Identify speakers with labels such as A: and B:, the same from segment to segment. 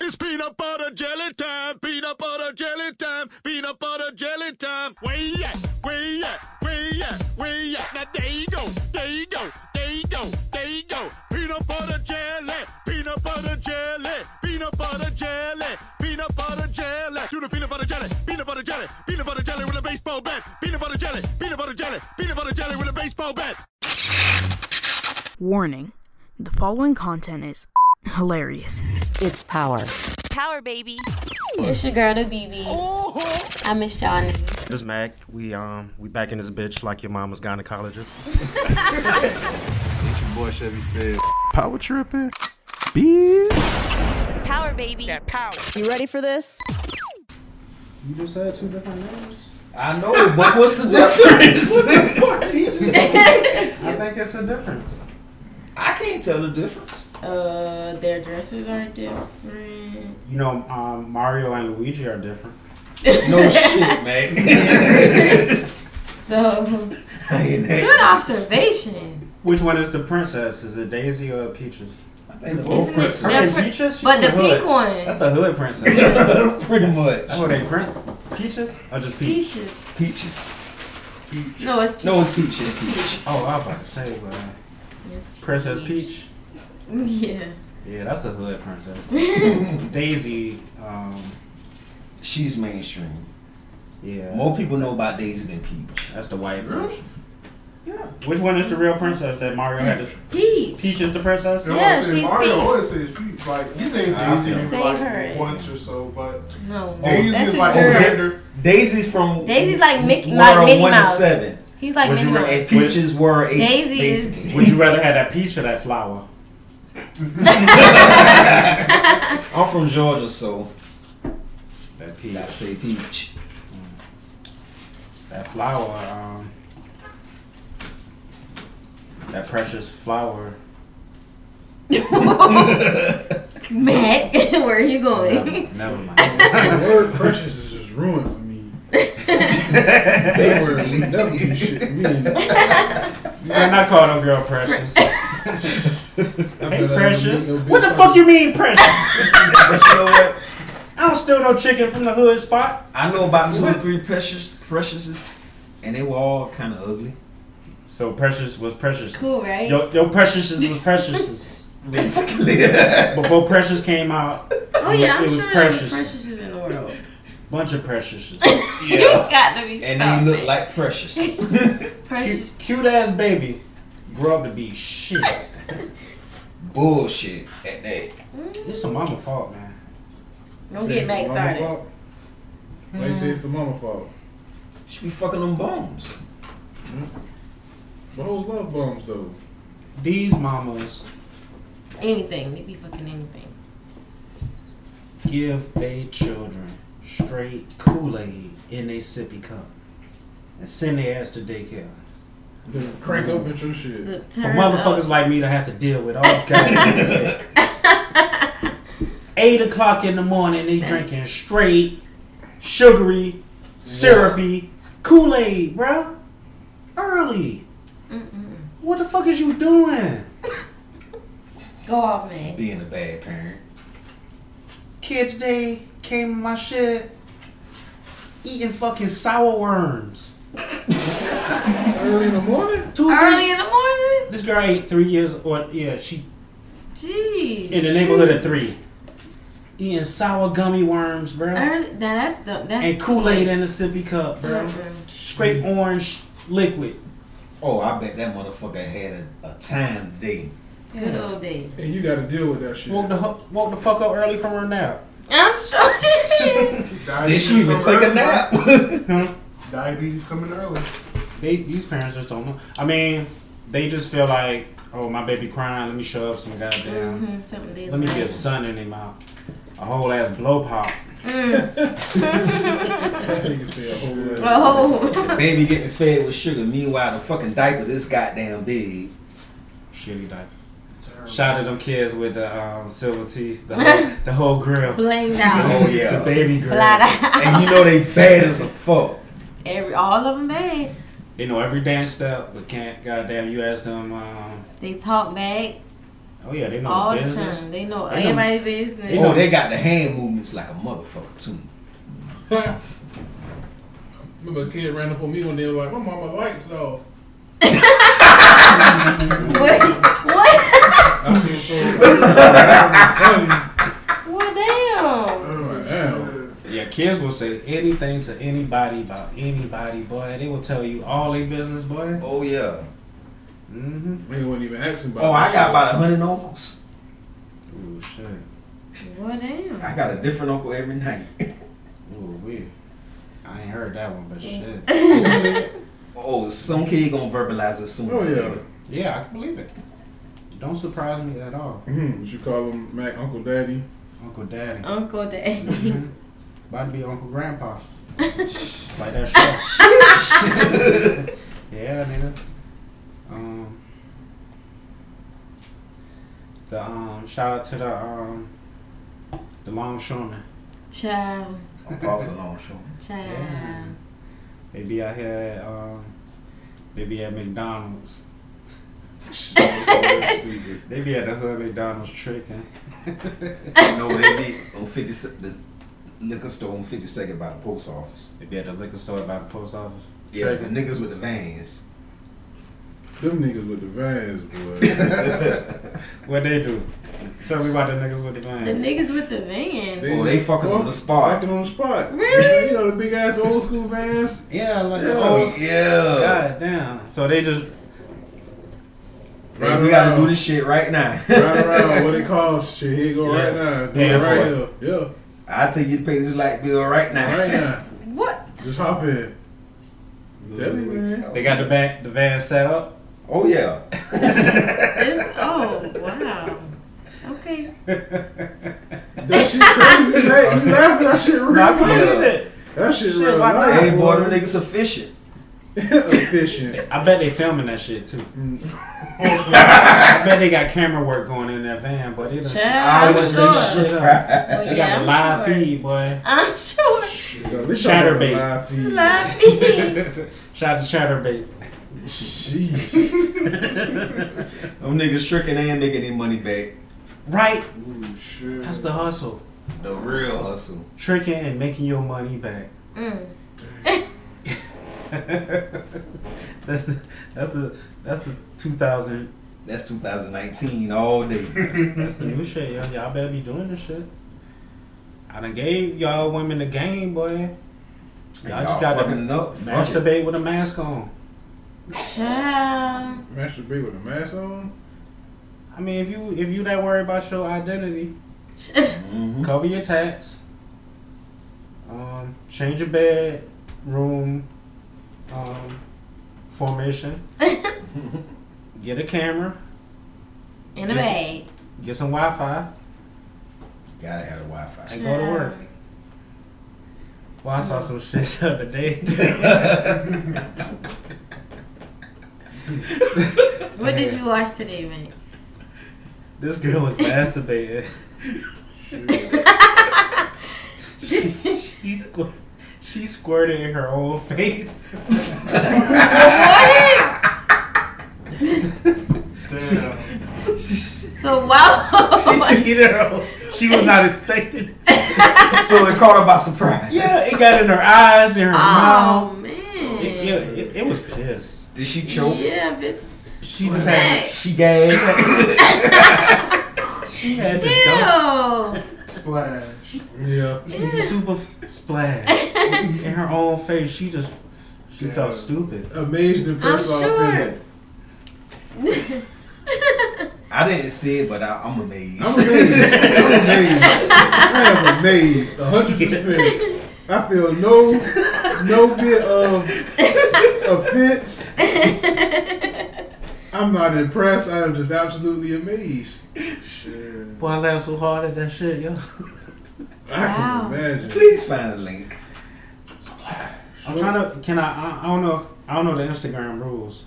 A: It's peanut butter jelly time, peanut butter jelly time, peanut butter jelly time. Where you at? Where you at? Where you at? Where you at? Now there you go, there you go, there you go, there you go. Peanut butter jelly, peanut butter jelly, peanut butter jelly, peanut butter jelly. Do the peanut butter jelly, peanut butter jelly, peanut butter jelly with a baseball bat. Peanut butter jelly, peanut butter jelly, peanut butter jelly with a baseball bat.
B: Warning the following content is hilarious.
C: It's power.
D: Power baby.
E: It's your girl, the BB. I missed y'all. niggas.
F: This Mac, we um we back in this bitch like your mama's gynecologist.
G: It's your boy Chevy said.
H: Power tripping? Bitch.
D: Power baby.
C: You ready for this?
I: You just had two different names.
G: I know, but what's the difference?
I: I think it's a difference.
G: I can't tell the difference.
E: Uh, their dresses are different.
I: You know, um, Mario and Luigi are different.
G: No shit, man.
E: So, good observation.
I: Which one is the princess? Is it Daisy or Peaches?
E: Isn't it
I: I mean,
E: different?
I: Peaches? She
E: But the
I: from hood.
E: pink one.
I: That's the hood princess.
G: Pretty much.
I: That's what they print. Peaches? Or just Peach?
E: Peaches.
G: Peaches. Peaches.
E: No, it's peach.
G: No, it's peach. It's peach.
I: Oh, I was about to say, but
E: It's
I: Princess Peach.
E: Yeah.
I: Yeah, that's the hood princess. Daisy, um,
G: She's mainstream.
I: yeah.
G: More people know about Daisy than Peach.
I: That's the white version.
G: Yeah.
I: Which one is the real princess that Mario had? To,
E: Peach.
I: Peach is the princess?
H: I
E: Yeah,
H: wanna say
E: she's
H: Mario
E: pink.
H: always says peach. Like he's ain't
I: I
H: Daisy
I: feel-
E: Save her.
H: like once or so, but
E: No.
H: Daisy
E: that's
H: is
E: his
H: like
E: girl.
H: Xander.
G: Daisy's from
E: Daisy's like Mickey,
G: World
E: like Minnie
G: one to
E: Mouse.
G: seven.
E: He's like
I: Would
E: Minnie
I: you re-
E: Mouse.
G: And peaches were eight,
E: Daisy is-
G: basically.
I: Would you rather have that peach or that flower?
G: I'm from Georgia, so
I: That
G: you
I: peach.
G: gotta say peach.
I: That flower, um, that precious flower.
E: Mac, where are you going?
I: Never mind.
H: the word precious is just ruined for me. That word will never do shit to me.
I: You're not calling a girl precious. hey, precious.
H: no bitch
I: What the
H: like
I: fuck you mean precious? I
G: But you know what?
I: don't steal no chicken from the hood spot.
G: I know about two or three precious preciouses, and they were all kind of ugly.
I: So precious was precious.
E: cool, right?
I: Yo, yo, precious was precious.
G: Basically,
I: Before precious came out,
E: oh yeah, I'm
I: it was
E: sure
I: precious.
E: there's preciouses in the world.
I: bunch of precious.
E: You got to be.
G: and they look
E: stopped.
G: like precious.
E: precious.
I: Cute ass baby. Grow up to be shit.
G: Bullshit at that.
I: It's the mama fault, man.
E: Don't get Mac
H: It's the mama
E: started.
H: fault. Why you say it's the mama fault?
G: She be fucking them bones.
H: Bros love bombs though.
I: These mamas
E: Anything. They be fucking anything.
I: give they children straight Kool-Aid in they sippy cup and send their ass to daycare.
H: They crank up at your shit.
E: The
I: For
E: turn
I: motherfuckers
E: up.
I: like me to have to deal with all kinds of shit. Eight o'clock in the morning, they drinking straight, sugary, syrupy Kool-Aid, bruh. Early. What the fuck is you doing?
E: Go off, Mac.
G: Being a bad parent.
I: Kid today came in my shit eating fucking sour worms.
H: Early in the morning?
I: Two, three-
E: Early in the morning?
I: This girl ate three years or yeah, she in
E: Jeez.
I: the neighborhood of three. Eating sour gummy worms, bro.
E: Early, now that's the that's
I: And Kool-Aid in a sippy cup, bro.
E: Mm-mm.
I: Straight orange liquid.
G: Oh, I bet that motherfucker had a, a time today.
E: good old day.
H: And you gotta deal with that shit.
I: Woke the hu- woke the fuck up early from her nap.
E: I'm sure she did.
G: Did she even
H: come
G: take a
H: early,
G: nap?
H: bro. Diabetes coming early.
I: They these parents just don't know. I mean, they just feel like, oh my baby crying, let me shove some goddamn
E: Mhm, something they
I: Let me
E: like.
I: give sun in their mouth. A whole ass blow pop.
H: That nigga said a whole lot.
E: Oh,
G: Baby getting fed with sugar. Meanwhile, the fucking diaper this goddamn big.
I: Shitty diapers. Shout out to them kids with the um, silver teeth, the whole, the whole grill,
E: blamed out,
G: Oh yeah.
I: the baby grill.
E: blot out.
G: and you know they bad as a fuck.
E: Every all of them bad.
I: They know every dance step, but can't. Goddamn, you ask them. Um,
E: They talk back.
I: Oh yeah, they know
E: all the
I: business.
E: time. They know
I: They know-
E: everybody's
I: they
E: business.
I: know-
G: Oh, they got the hand movements like a motherfucker too.
H: Remember a kid ran up on me one day and was like, my mama lights off.
E: Wait, what?
H: I feel so funny.
E: well,
H: I'm like, damn.
I: Yeah, kids will say anything to anybody about anybody, boy. They will tell you all their business, boy.
G: Oh yeah.
I: Mm-hmm.
H: Nigga wasn't even asking about
G: Oh,
H: that
G: I got
H: shit.
G: about a hundred uncles.
I: Ooh, shit.
E: damn. Well, damn.
G: I got a different uncle every night.
I: Ooh, we. I ain't heard that one, but shit.
G: Oh, some kid gonna verbalize it soon.
H: Oh, yeah.
I: Yeah, I can believe it. Don't surprise me at all,
H: Would Mm-hmm. you call him Mac Uncle Daddy?
I: Uncle Daddy.
E: Uncle Daddy.
I: Mhm. About to be Uncle Grandpa. like that show. yeah, nigga. Um, the um, shout out to the um, the longshoremen.
E: Child.
G: Uncle alone, sure.
E: Child.
I: Yeah. They be out here. At, um, they be at McDonald's.
H: Stupid.
I: They be at the hood McDonald's tricking.
G: You know what they did on fifty se- the liquor store on fifty second by the post office.
I: They be at the liquor store by the post office.
G: Yeah, the
I: tricking.
G: niggas with the vans.
H: Them niggas with the vans, boy.
I: What they do? Tell me about the niggas with the vans.
E: The niggas with the van.
G: Oh, they fucking on the spot.
H: Fucking on the spot.
E: Really?
H: you know the big ass old school vans.
I: yeah, like the old
G: Oh yeah.
I: God damn. So they just
G: Hey, we gotta do this shit right now.
H: Right around what it costs. Shit, here you go right now. Do
I: Yeah,
H: it right
I: for
H: here. Yeah,
G: I tell you to pay this light bill right now.
H: right now.
E: What?
H: Just hop in. Tell me, man.
I: they got the back the van set up.
G: Oh yeah.
E: This, oh, wow. Okay.
H: That shit crazy. That, you laughing? That shit real.
I: I can
H: life.
I: believe it.
H: That shit,
I: Shit,
H: real.
I: why
H: life,
I: not?
G: Hey boy, them niggas efficient.
H: efficient.
I: I bet they filming that shit too. I bet they got camera work going in that van, but it is.
E: Child. I'm
G: was
E: sure.
G: in
I: Shit up.
E: Oh,
I: They got
E: yeah,
I: a
E: I'm
I: live
E: sure.
I: feed, boy.
E: I'm sure.
I: Chatterbait.
H: Chatterbait.
E: Live feed.
I: Shout out to Chatterbait.
H: Jeez.
G: Them niggas tricking and making their money back.
I: Right.
H: Ooh, shit.
I: That's the hustle.
G: The real hustle.
I: Tricking and making your money back.
E: Mm.
I: that's the that's the that's the 2000.
G: That's 2019 all day.
I: That's the new shit, y'all. Y'all better be doing this shit. I done gave y'all women the game, boy. Y'all just got to
G: fucking up. Fuck
I: masturbate with a mask on.
E: Child.
H: Masturbate with a mask on.
I: I mean, if you if you that worried about your identity,
G: it. Mhm.
I: cover your tats. Um, change your bed room um, formation. get a camera.
E: In a bag.
I: Get some Wi-Fi
G: Gotta have the Wi-Fi.
I: and go to work. Well, I saw some shit the other day.
E: What did you watch today, man?
I: this girl was masturbating. she, squir- she squirted in her own face.
E: What?
I: she,
E: So, wow.
I: She seen it all. She was not expecting. it.
G: so it caught her by surprise.
I: Yeah, it got in her eyes and her
E: Oh,
I: mouth.
E: man.
I: It, yeah, it, it was piss.
G: Did she choke?
E: Yeah, bitch.
I: She just had
G: She gagged.
I: she had the dump
E: Ew.
H: Splash. Yeah.
I: super splash in her own face. She just she felt
H: Yeah.
I: stupid.
H: Amazed and first
E: I'm
H: off
E: sure.
H: in it.
G: I didn't see it, but I, I'm amazed.
H: I'm amazed. I'm amazed. I am amazed. A hundred percent. I feel no no bit of offense. I'm not impressed. I am just absolutely amazed. Shit.
I: Boy, I laughed so hard at that shit, yo.
H: I
E: Wow.
H: can imagine.
G: Please find a link.
I: I'm trying to. Can I? I, I don't know. If, I don't know the Instagram rules.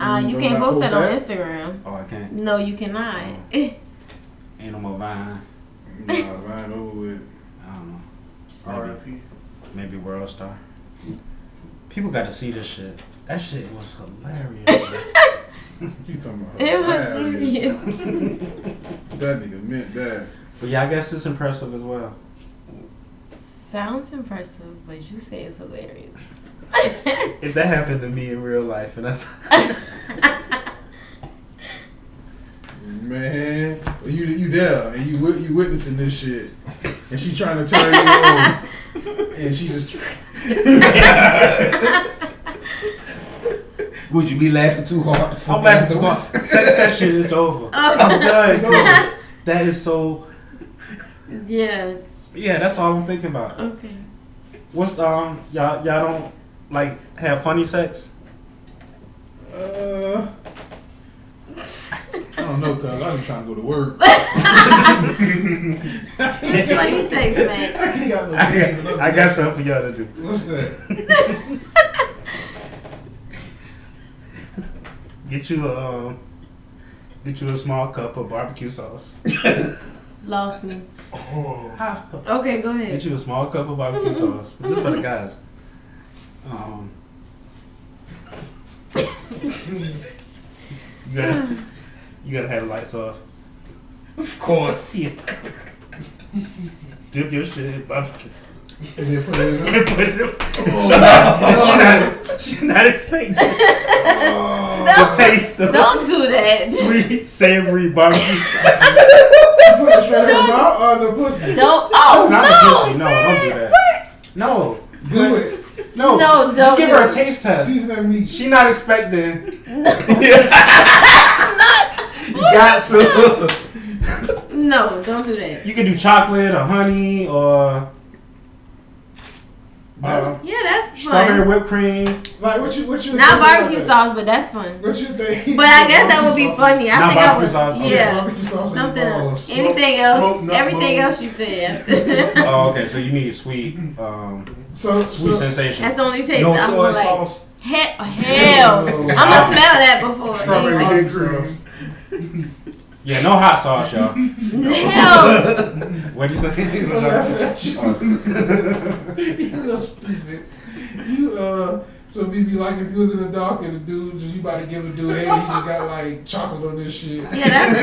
E: Uh, you
H: You
E: can't
H: gonna
E: post that on
H: post
E: Instagram.
I: Oh, I can't.
E: No, you cannot.
I: Ain't no more Vine.
H: Nah, mine over with.
I: I don't know. Maybe World Star. People got to see this shit. That shit was hilarious.
H: You talking about
E: It was
H: hilarious. That nigga meant that.
I: But yeah, I guess it's impressive as well.
E: Sounds impressive, but you say it's hilarious.
I: If that happened to me in real life, and that's
H: Man, you you there and you wit- you witnessing this shit, and she trying to turn you on, and she just
G: Would you be laughing too hard? for
I: I'm laughing too much.
G: this?
I: Sex session is over. I'm done. 'cause That is so.
E: yeah.
I: Yeah, that's all I'm thinking about.
E: Okay.
I: What's um y'all y'all don't like have funny sex?
H: uh. I don't know, cuz I've been trying to go to work.
E: It's funny sex, man.
H: I ain't got no baby, no
I: I got something for y'all to do.
H: What's that?
I: Get you a um, get you a small cup of barbecue sauce.
E: Lost me. Okay, go
I: Get
E: ahead.
I: Oh. you a small cup of barbecue sauce. This is for the guys. Um, you gotta you gotta have the lights off.
G: Of course.
I: Yeah. Dip your shit in barbecue sauce.
H: And then put it in Oh,
I: Put it in-
G: Oh.
I: She not- she not expecting the
H: Oh,
I: taste of
E: Don't do that.
I: sweet savory barbecue sauce.
H: put it straight in her mouth or the pussy.
E: Don't. Oh
I: Not the pussy.
E: no.
I: No, don't do that. No.
H: Do it.
I: No.
E: No,
I: Just
E: don't.
I: give her a taste test.
H: Season that meat.
I: She not expecting.
G: You got to.
E: No, don't do that.
I: You could do chocolate or honey or uh,
E: Yeah, that's
I: strawberry
E: fun.
I: whipped cream.
H: Like what you what you
E: Not
H: think
E: barbecue
H: about that?
E: sauce, but that's fun.
H: What you think?
E: But I guess that would be funny. I
I: Not
E: think I
I: barbecue
E: would.
I: sauce, okay.
E: Yeah.
H: Barbecue sauce and
E: Something else.
H: balls.
E: Anything
I: smoked
E: else.
I: nut
E: Everything
I: bone.
E: else you said.
I: Oh, okay. So you need sweet, um,
H: So,
I: sweet
H: so
I: sensation.
E: That's the only taste
G: No
E: I'm
G: soy
E: like.
G: sauce.
E: Hell, hell. I'm gonna smell that before.
H: strawberry
E: Like,
H: dick sauce.
I: Yeah, no hot sauce, y'all.
E: Hell,
I: What do you
H: I'm laughing
I: say?
H: at you. you are stupid. You uh. So it'd be like if you was in the dark and a dude, you about to give a dude head, you just got like chocolate on this shit. Like,
E: yeah, that's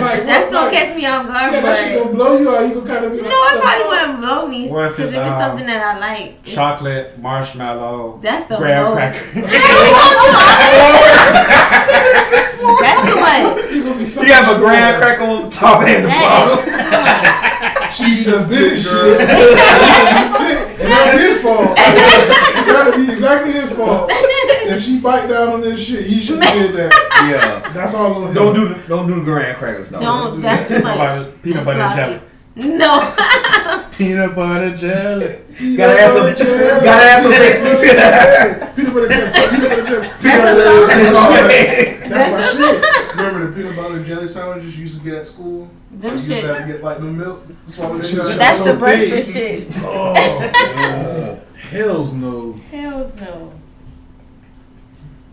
H: what-
E: that's gonna
H: like-
E: catch me off guard.
H: Yeah, that shit
E: but
H: gonna blow you or you gonna kind of be like.
E: no, it
H: "Oh,
E: probably
H: fuck."
E: wouldn't blow me
I: What if
E: because if it's
I: it's, um,
E: something that I like. it's-
I: Chocolate, marshmallow,
E: That's the
I: graham
E: most.
I: cracker.
E: Hey, we gonna do all that? That's too much.
H: You gonna be so
G: You have a
H: sure.
G: graham cracker on top and the
E: That
G: bottom.
E: is too much.
H: She just did it, shit. and that's his fault. That'd be exactly his fault. If she bite down on this shit, he should have did that.
G: Yeah.
H: That's all on him.
G: Don't do the, don't do the graham crackers. No.
E: Don't. That's too much.
I: Peanut
E: I'm
I: butter and
E: sloppy. No.
I: Peanut butter jelly.
H: Peanut
G: Gotta have some.
H: butter jelly.
G: Gotta have some explicit.
H: Peanut butter jelly. Peanut butter jelly. That's, my shit. Remember the peanut butter jelly sandwiches you used to get at school?
E: Them
H: You used to have
E: shits.
H: to get like the milk. Swallow that shit.
E: That's
H: So
E: the Oh.
H: big.
E: breakfast shit.
G: Mm-hmm.
H: Hells no.
E: Hells no.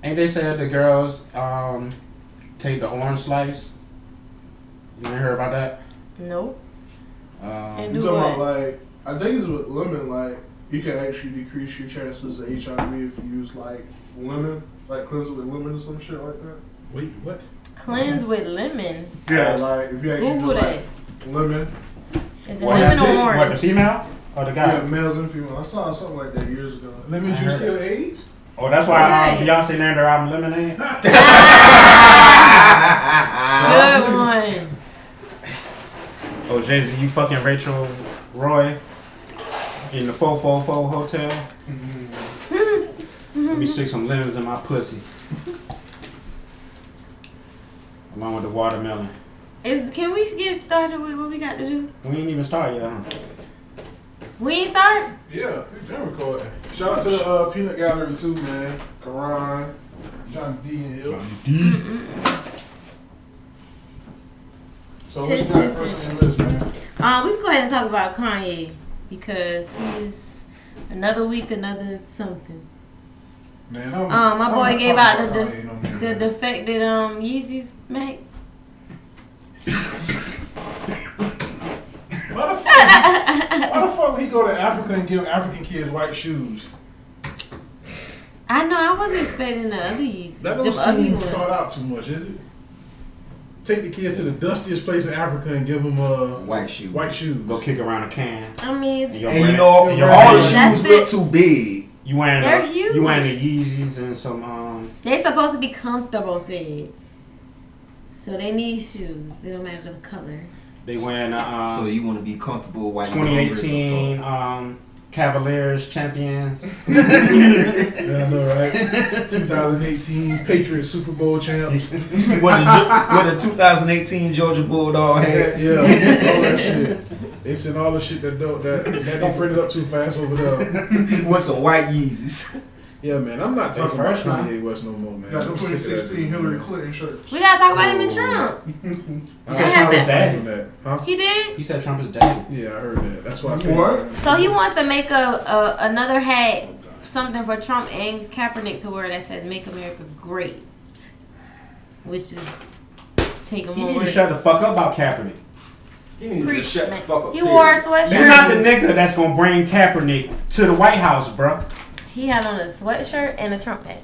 I: Ain't they said the girls um take the orange slice? You ain't heard about that?
E: Nope.
I: Um,
E: And
J: You
E: do
J: talking about
E: what?
J: like I think it's with lemon. Like you can actually decrease your chances of HIV if you use like lemon, like cleanse it with lemon or some shit like that.
H: Wait, what?
E: Cleanse with lemon.
J: Yeah, like if you actually
E: Google
J: do
E: that.
J: like lemon,
E: Is it
I: what,
E: lemon or
I: what, the
E: orange?
I: female or the guy?
J: yeah, males and females. I saw something like that years ago.
H: Lemon
I: I
H: juice
I: heard
H: still age?
I: Oh, that's why um,
E: Right.
I: Beyonce named her album Lemonade.
E: Good one.
I: Oh, Jay Z, you fucking Rachel Roy in the 444 hotel.
E: Mm-hmm.
I: Let me stick some lemons in my pussy. Along with the watermelon.
E: Is, can we get started with what we got to do?
I: We ain't even started yet, huh?
E: We ain't start?
J: Yeah,
H: Damn recording. Shout out to the uh, Peanut Gallery too, man. Karan, John D and Hill. Mm-hmm. So what you got first on your list, man?
E: Um, we can go ahead and talk about Kanye because he's another week, another something.
H: Man, I'm,
E: Um, my
H: I'm
E: boy
H: not
E: gave
H: talking
E: out
H: about
E: the-
H: Kanye no more,
E: The
H: man.
E: the fact that um Yeezy's make
H: Why the fuck? why the fuck would he go to Africa and give African kids white shoes?
E: I know. I wasn't expecting the other Yeezys.
K: That
E: Them
K: don't
E: ugly
K: seem
E: ones.
K: thought out too much, is it? Take the kids to the dustiest place in Africa and give them uh,
G: white shoes.
K: white shoes.
I: Go kick around a can.
E: I mean,
I: And,
E: it's-
I: your
G: And you
I: brand-
G: know,
I: and your
G: all the
I: brand-
E: That's
G: shoes look
E: it.
G: too big.
I: You wearing
E: They're
I: a,
E: huge.
I: you wearing the Yeezys and some um
E: they're supposed to be comfortable, said. So they need shoes. They don't matter the color.
I: they wearing a um,
G: so you want to be comfortable while you're hungry as a
I: 2018 um Cavaliers champions.
K: Yeah, I know, right? 2018 Patriots Super Bowl champs. Yeah,
G: fuck. what, the, Ge- what the 2018 Georgia Bulldog had.
K: yeah, all that shit. They sent all the shit that don't that that they printed up too fast over there.
G: With some white Yeezys.
K: Yeah, man, I'm not
I: They
K: talking about
I: fresh now.
K: Kanye West no more, man.
H: Got the
K: I'm sick of that
H: 2016
K: dude,
H: Hillary
K: man.
H: Clinton shirts.
E: We gotta talk about him and
K: Oh.
E: Trump.
I: You
E: They
I: said
E: have
I: Trump is
E: that.
K: Back from
I: daddy.
K: that, huh?
E: He did.
I: You said Trump is daddy.
K: Yeah, I heard that. That's why I said
H: What?
E: So he wants to make a, a another hat, something for Trump and Kaepernick to wear that says "Make America Great," which is take him
I: You need
E: over.
I: to shut the fuck up about Kaepernick.
G: You need
E: Preach,
G: shut
E: man.
G: the fuck up.
E: He
G: period.
E: wore a sweatshirt.
I: You're not the nigga that's gonna bring Kaepernick to the White House, bro.
E: He had on a sweatshirt and a Trump hat.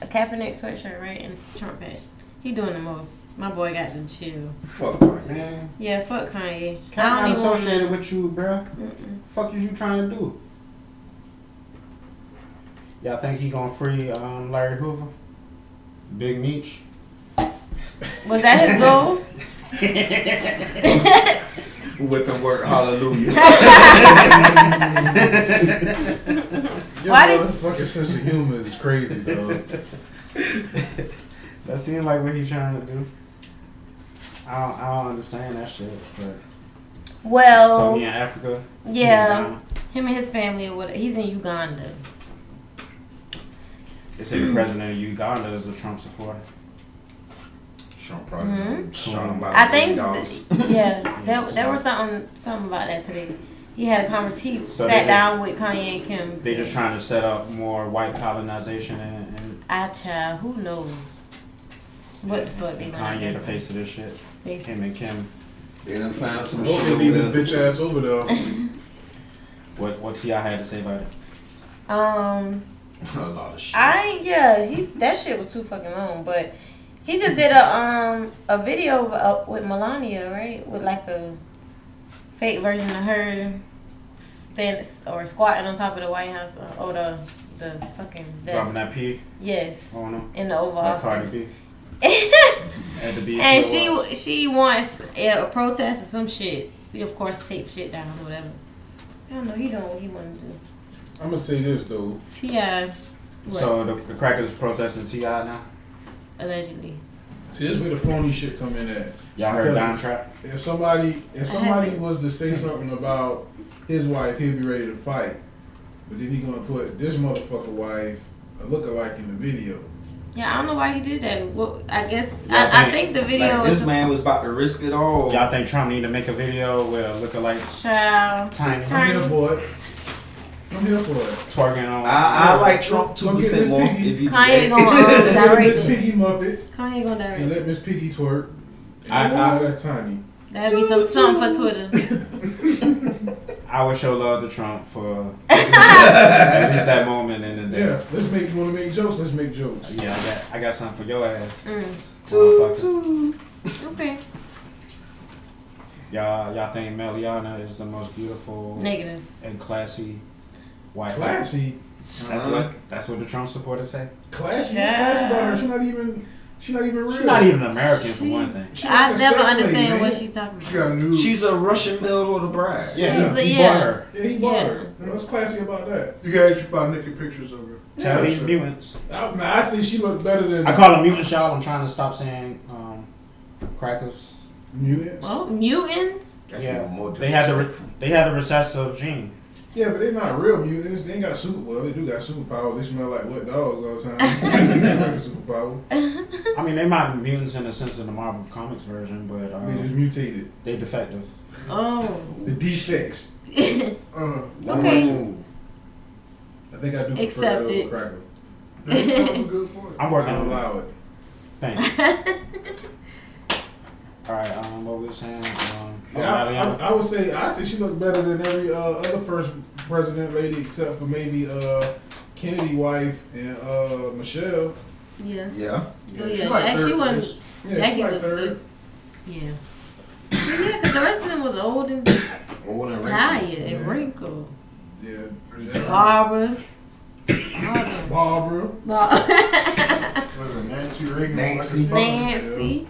E: A Kaepernick sweatshirt, right, and a Trump hat. He doing the most. My boy got the chill.
G: Fuck Kanye.
I: Man,
E: Yeah, fuck Kanye.
I: Kaepernick
E: I
I: not
E: don't even want
I: associated
E: to.
I: with you, bro. Fuck is you trying to do? Y'all think he gonna free um, Larry Hoover? Big Meech?
E: Was that his goal?
G: Whip and work, hallelujah.
K: Your
E: Why did-
K: motherfucking sense of humor is crazy, dog.
I: That seems like what he trying to do. I don't, I don't understand that shit. But so
E: Well,
I: me in Africa. he in
E: yeah.
I: Ghana.
E: Him and his family, or what? He's in Uganda.
I: They say the president of Uganda is a Trump supporter.
G: Sean probably
E: Mhm.
G: Sean about
E: I think.
G: dollars.
E: th- yeah, there, there was something something about that today. He had a conversation. He
I: So they
E: sat
I: just-
E: down with Kanye and Kim.
I: They just trying to set up more white colonization and, and,
E: I child, who knows what the fuck they
I: and
E: gonna
I: Kanye the
E: do?
I: face of this shit.
E: They
I: Him and Kim.
G: They done found some
K: Hope
G: shit
K: they leave
G: over
K: this bitch
G: there.
K: ass over there.
I: What what Ti had to say about it?
E: Um,
G: A lot of shit.
E: I yeah, he that shit was too fucking long, but he just did a um a video uh, with Melania, right? With like a fake version of her standing or squatting on top of the White House uh, or the the fucking desk.
I: Dropping that Oh. P
E: Yes,
I: on him.
E: in the Oval
I: Like Cardi
E: Office.
I: B. At the BET
E: and
I: Awards.
E: she she wants yeah, a protest or some shit. We of course take shit down or whatever. I don't know. He doing what he want to do.
K: I'm gonna say this though.
E: Ti what?
I: So the, the crackers protesting Ti now.
E: allegedly.
K: See, this is where the phony shit come in at.
I: Y'all heard Don Trap?
K: If somebody, if somebody
E: haven't.
K: was to say something about his wife, he'd be ready to fight. But then he gonna put this motherfucker wife a lookalike in the video.
E: Yeah, I don't know why he did that. Well, I guess
I: Yeah,
E: I, I
I: I
E: think
I: think-
E: the video
G: Like, this
E: was
G: man was about to risk it all.
I: Y'all think Trump need to make a video with a lookalike
E: child.
I: tiny
K: I'm
E: Tiny.
K: here for it. I'm here for it.
I: twerking on?
G: I,
K: Ah.
G: I like Trump two
K: Don't get
G: percent
K: Miss
G: more.
K: Piggy.
G: If you
E: Kanye gonna um,
K: Let Miss
E: direct it.
K: Piggy Muppet
E: Kanye gonna
K: and
E: direct it.
K: let Miss Piggy twerk.
I: I-
K: I,
I: I-
K: know that's tiny.
E: That'd be some something for Twitter.
I: I would show love to Trump for at least that moment in the day.
K: Yeah, let's make. You wanna make jokes? Let's make jokes.
I: Yeah, I got, I got something for your ass.
E: Mm,
I: motherfucker.
E: okay.
I: Y'all, y'all think Meliana is the most beautiful
E: Negative.
I: and classy white
K: Classy, Uh-huh.
I: woman? That's what that's what the Trump supporters say.
K: classy,
E: Yeah.
K: classy about her. She's not even. She's not even real.
I: She's not even American for one thing.
K: She
E: I
K: like a
E: never
K: sex lady,
E: understand
K: man.
E: what she talking
H: She
E: about.
H: got new.
G: she's a Russian mill or the bride.
I: Yeah,
E: She's-
I: he
E: yeah.
I: bought her.
K: Yeah, he bought
E: Yeah.
K: her. What's classy about that?
H: you can actually find naked pictures of her.
I: Tell
K: Yeah,
I: these
K: sure.
I: mutants.
K: I, man, I see she looked better than
I: I call them mutants, y'all. I'm trying to stop saying um, crackers.
K: mutants.
E: Oh, mutants.
G: That's
I: Yeah.
G: even more
I: They had the re-
G: disrespectful.
I: they had the recessive gene.
K: Yeah, but they're not real mutants. They ain't got super. Well, they do got superpowers. They smell like wet dogs all the time. they got like a superpower.
I: I mean, they might be mutants in the sense of the Marvel Comics version, but
K: They just
I: um,
K: mutated.
I: they defective.
E: Oh.
K: The defects.
H: Uh,
E: okay.
K: I think I do prefer
E: Accept
K: the
E: it.
K: cracker.
H: that's a good point.
I: I'm
K: I
I: working
K: don't
I: on that.
K: allow it.
I: Thanks. All right. Um, what we were saying. Um, oh,
K: Yeah, I,
I: Meliana.
K: I, I would say I say she looked better than every uh, other first president lady except for maybe uh, Kennedy wife and uh, Michelle.
E: Yeah.
G: Yeah.
E: Oh yeah, Jack, she wasn't.
K: Yeah, she
E: Jackie
K: like
E: was
K: third.
E: good. Yeah. yeah, because the rest of them was old and
G: Old and
E: tired
G: wrinkled.
E: and wrinkled.
K: Yeah.
E: Barbara.
K: Barbara.
E: Barbara.
H: Nancy Reagan.
L: Nancy.
E: Nancy.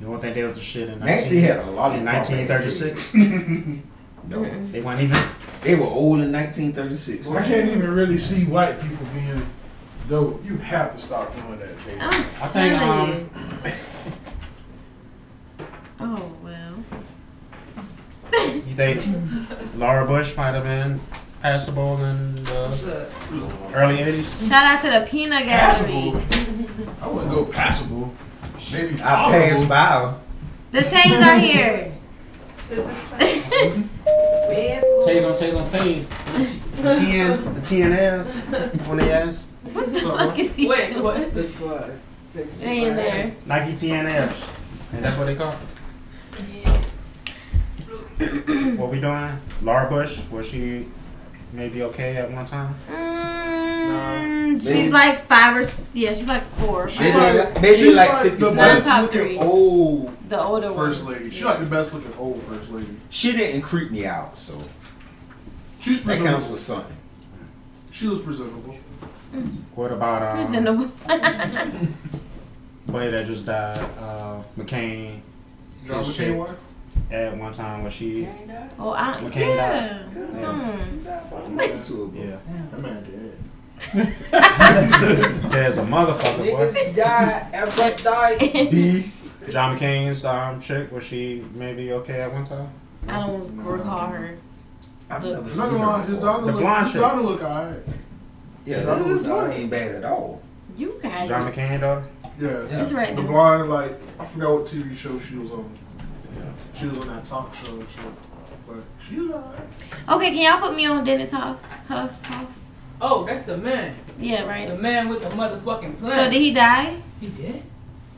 I: You don't think they was the shit in
G: Nancy
I: 19-
G: had a lot of
I: in 1936?
G: No.
I: they weren't even.
G: They were old in 1936.
K: I can't even really see white people being dope. You have to stop doing that. Jay.
E: I'm
I: I
E: telling
I: think um,
E: you. Oh well.
I: you think Laura Bush might have been passable in the early '80s.
E: Shout out to the peanut gallery.
K: Passable. I wouldn't go passable. Maybe
G: I passed
K: tolerable.
G: by. her.
E: The Tays are here.
I: Tays on tays on tays. The TN, the TNS on the ass.
E: Fuck is he doing? They in there.
I: Nike TNFs. And that's what they call. it. what we doing? Laura Bush, was she maybe okay at one time?
E: Mm, she's
G: Maybe-
E: like five or s- yeah, she's like four.
G: Maybe,
E: Well,
G: like, maybe
H: She's
G: like,
H: like the
G: 54.
H: best
E: Top
H: looking
E: three.
H: old
E: the older one.
H: first lady. She like the best looking old first lady.
G: She didn't creep me out, so
H: She's
G: that counts for
H: presentable.
G: something.
H: She was presentable.
I: What about
E: Who's
I: um
E: in the
I: boy that just died, uh McCain
H: John
I: Is she-
H: McCain wife?
I: at one time was she
E: Oh, I
I: McCain
E: yeah.
I: yeah.
E: Hmm.
I: yeah.
H: That man dead.
I: There's a motherfucker boy.
C: died. Everybody died.
I: John McCain's um chick, was she maybe okay at one time?
E: I don't recall her.
G: I've never seen
H: Another
G: her
H: one, his
G: before.
E: Oh,
H: daughter
I: The
H: look,
I: blonde
H: his
I: chick.
H: daughter look alright.
G: Yeah,
H: daughter
G: that
H: was
G: daughter
H: black.
G: ain't bad at all.
E: You guys.
I: John McCain though?
H: Yeah.
G: Yeah.
E: It's right
H: The
E: now.
H: blonde, like, I forgot what TV show she was on. She was on that talk show and shit. But she was alright.
E: Okay, can y'all put me on Dennis Huff? Huff, Huff?
C: Oh, that's the man.
E: Yeah,
C: The
E: right.
C: man with the motherfucking plan.
E: So did he die,
C: he did?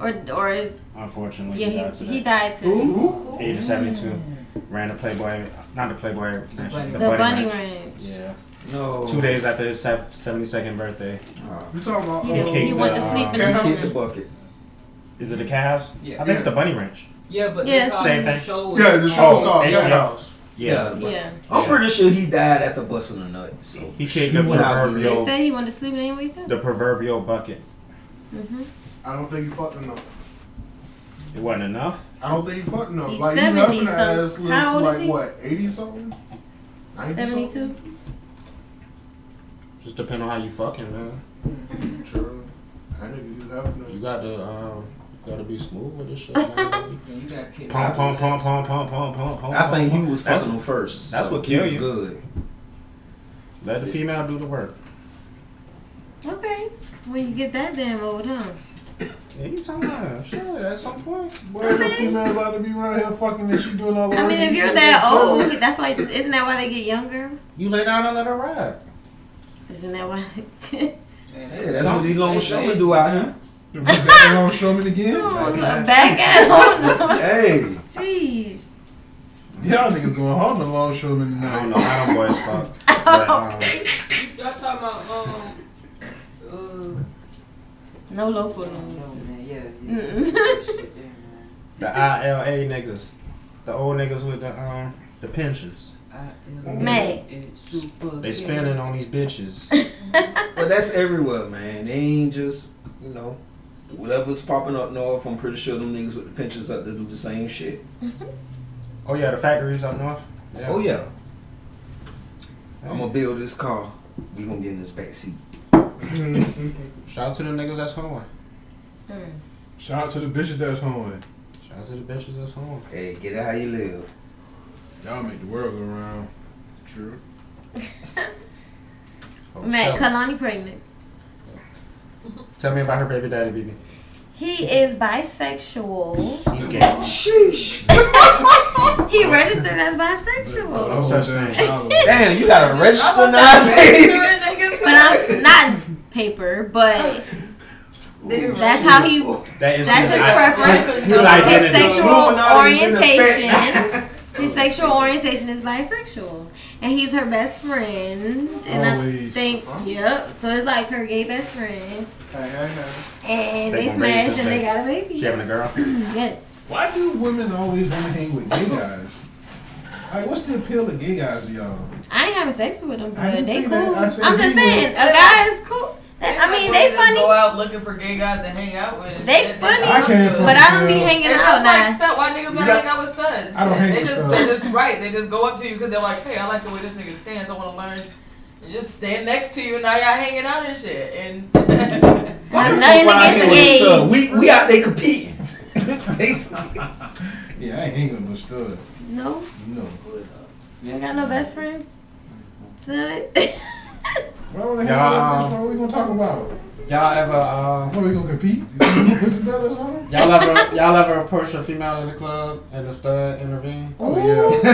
E: or or is,
I: Unfortunately he
E: yeah,
I: died
E: he
I: today.
E: he died too.
I: Age of seventy two. Ran the Playboy not the Playboy Mansion, the,
C: Bunny-
E: The
I: Bunny
E: Bunny
I: Ranch.
E: Ranch.
I: Yeah.
G: No.
I: Two days after his seventy second birthday.
H: You talking about
E: He,
H: uh,
I: kicked
E: he went to
I: the,
E: sleep in
G: He
E: the
G: kicked the
E: house.
G: bucket.
I: Is it the Cavs?
C: Yeah.
I: I think it's the Bunny Ranch.
C: Yeah, but
E: Yeah,
C: they called
I: same
C: him the
I: thing.
C: show was-
H: Yeah, the show
I: Oh,
H: was called
I: HBO.
H: Cat House.
I: Yeah.
G: the bucket.
E: Yeah,
G: I'm pretty sure he died at the busting a nut. So
I: He kicked the
G: went out
E: they
I: proverbial
E: said he went to sleep and didn't wake up.
I: the proverbial bucket.
H: I don't think he fucked enough.
I: It wasn't enough.
H: I don't think he fucked enough.
E: He's
H: like,
E: 70
H: you nothing to
E: some-
H: ass little
E: how
H: to,
E: old is
H: like,
E: he?
H: what, 80 something? 90
E: Seventy-two.
I: Just depend on how you fucking man.
H: something? True. I think he was having
I: You
H: a-
I: got to um, gotta be smooth with this shit. man.
C: Yeah, you got kicked
I: pump,
C: out.
I: pump, pump, pump, pump, pump, pump, pump.
G: I think
I: pump.
G: you was
I: That's-
G: fucking him first.
I: that's
G: so
I: what
G: he
I: kill
G: was
I: you.
G: Good.
I: Let the female do the work.
E: Okay, well you get that damn old, huh?
I: Anytime, sure. At some point,
K: Boy, ain't no female allowed to be around here fucking and she doing all the
E: I
K: work
E: mean, if
K: and shit
E: you're
K: with
E: that
K: each other.
E: old, that's why. Isn't that why they get young girls?
I: you lay down and let her ride.
E: Isn't that why?
C: Man,
G: Yeah,
C: they-
G: that's what
I: Some-
G: these long
C: they
G: showmen
C: say-
G: do out here.
K: You gonna show me again?
E: Oh, back out.
G: Hey,
E: Jeez.
K: Y'all niggas going home to Longshoreman
I: I don't
K: tonight.
I: know how them boys fuck. But, um,
C: Y'all talking about, um, uh,
E: No local
C: I
E: news.
C: don't know, man. Yeah,
E: Mm-mm.
C: yeah. Shit, yeah, man.
I: the ILA niggas, the old niggas with the um, the pensions,
C: I am
E: Meg.
C: a super hero.
I: they spending on these bitches.
G: but that's everywhere, man. They ain't just you know whatever's popping up north. I'm pretty sure them niggas with the pinches up to do the same shit.
I: Oh yeah, the factories up north.
G: Oh yeah. I'm gonna build this car. We gonna get in this back seat.
I: Shout out to the niggas that's home.
E: Hmm.
K: Shout out to the bitches that's home.
I: Shout out to the bitches that's home.
G: Hey, get it how you live.
K: Y'all make the world go round. True.
I: Oh,
E: Matt
I: tell,
E: Kalani pregnant.
I: tell me about her baby daddy, BB.
E: He is bisexual.
I: He's gay.
G: Sheesh.
E: He registered as bisexual.
I: No such thing.
G: Damn, you gotta register nowadays.
E: But I'm not paper, but that's how he
I: That is
E: that's his
I: I-
E: preference.
I: his identity.
E: His sexual
G: Illuminati is in
E: orientation. His sexual orientation is bisexual, and he's her best friend. And I
H: Always.
E: think,
H: Huh?
E: yep. So it's like her gay best friend,
H: Hey, hey, hey.
E: and
H: They
E: they,
H: gonna raise
E: smash
H: this
E: and they
H: thing.
E: got a baby.
H: She having a girl?
E: yes.
K: Why do women always want to hang with gay guys? Like, what's the appeal to gay guys to y'all?
E: I ain't having sex with them, but
K: I didn't
E: they
K: say
E: cool.
K: that.
E: I'm
K: I
E: just
K: said he
E: saying, a
K: would.
E: guy is cool. I mean, they
C: Just
E: funny.
C: Go out looking for gay guys to hang out with. and
E: They
C: shit.
E: funny,
C: come to it.
E: but I don't be hanging
C: It's
E: out
C: just like
E: now.
C: stud. Why niggas
E: You
C: not
E: got-
C: hang out with studs?
E: I don't
C: Shit,
E: hang
C: they
E: with
C: just,
E: studs.
C: they just right. They just go up to you because they're like, hey, I like the way this nigga stands. I want to learn. And just stand next to you, and now y'all hanging out and shit. And
E: I'm nothing against the gays.
G: We we out there competing.
K: Yeah, I ain't hanging with no stud.
E: No,
K: No.
E: you ain't got no best friend. So
K: Why would I hang
I: Y'all-
K: with no stud? What are we going to talk about?
I: Y'all ever uh,
K: What are we going to compete? Is that us, huh?
I: y'all ever y'all ever approach a female in the club and a stud intervene?
K: Oh, yeah. Oh, yeah.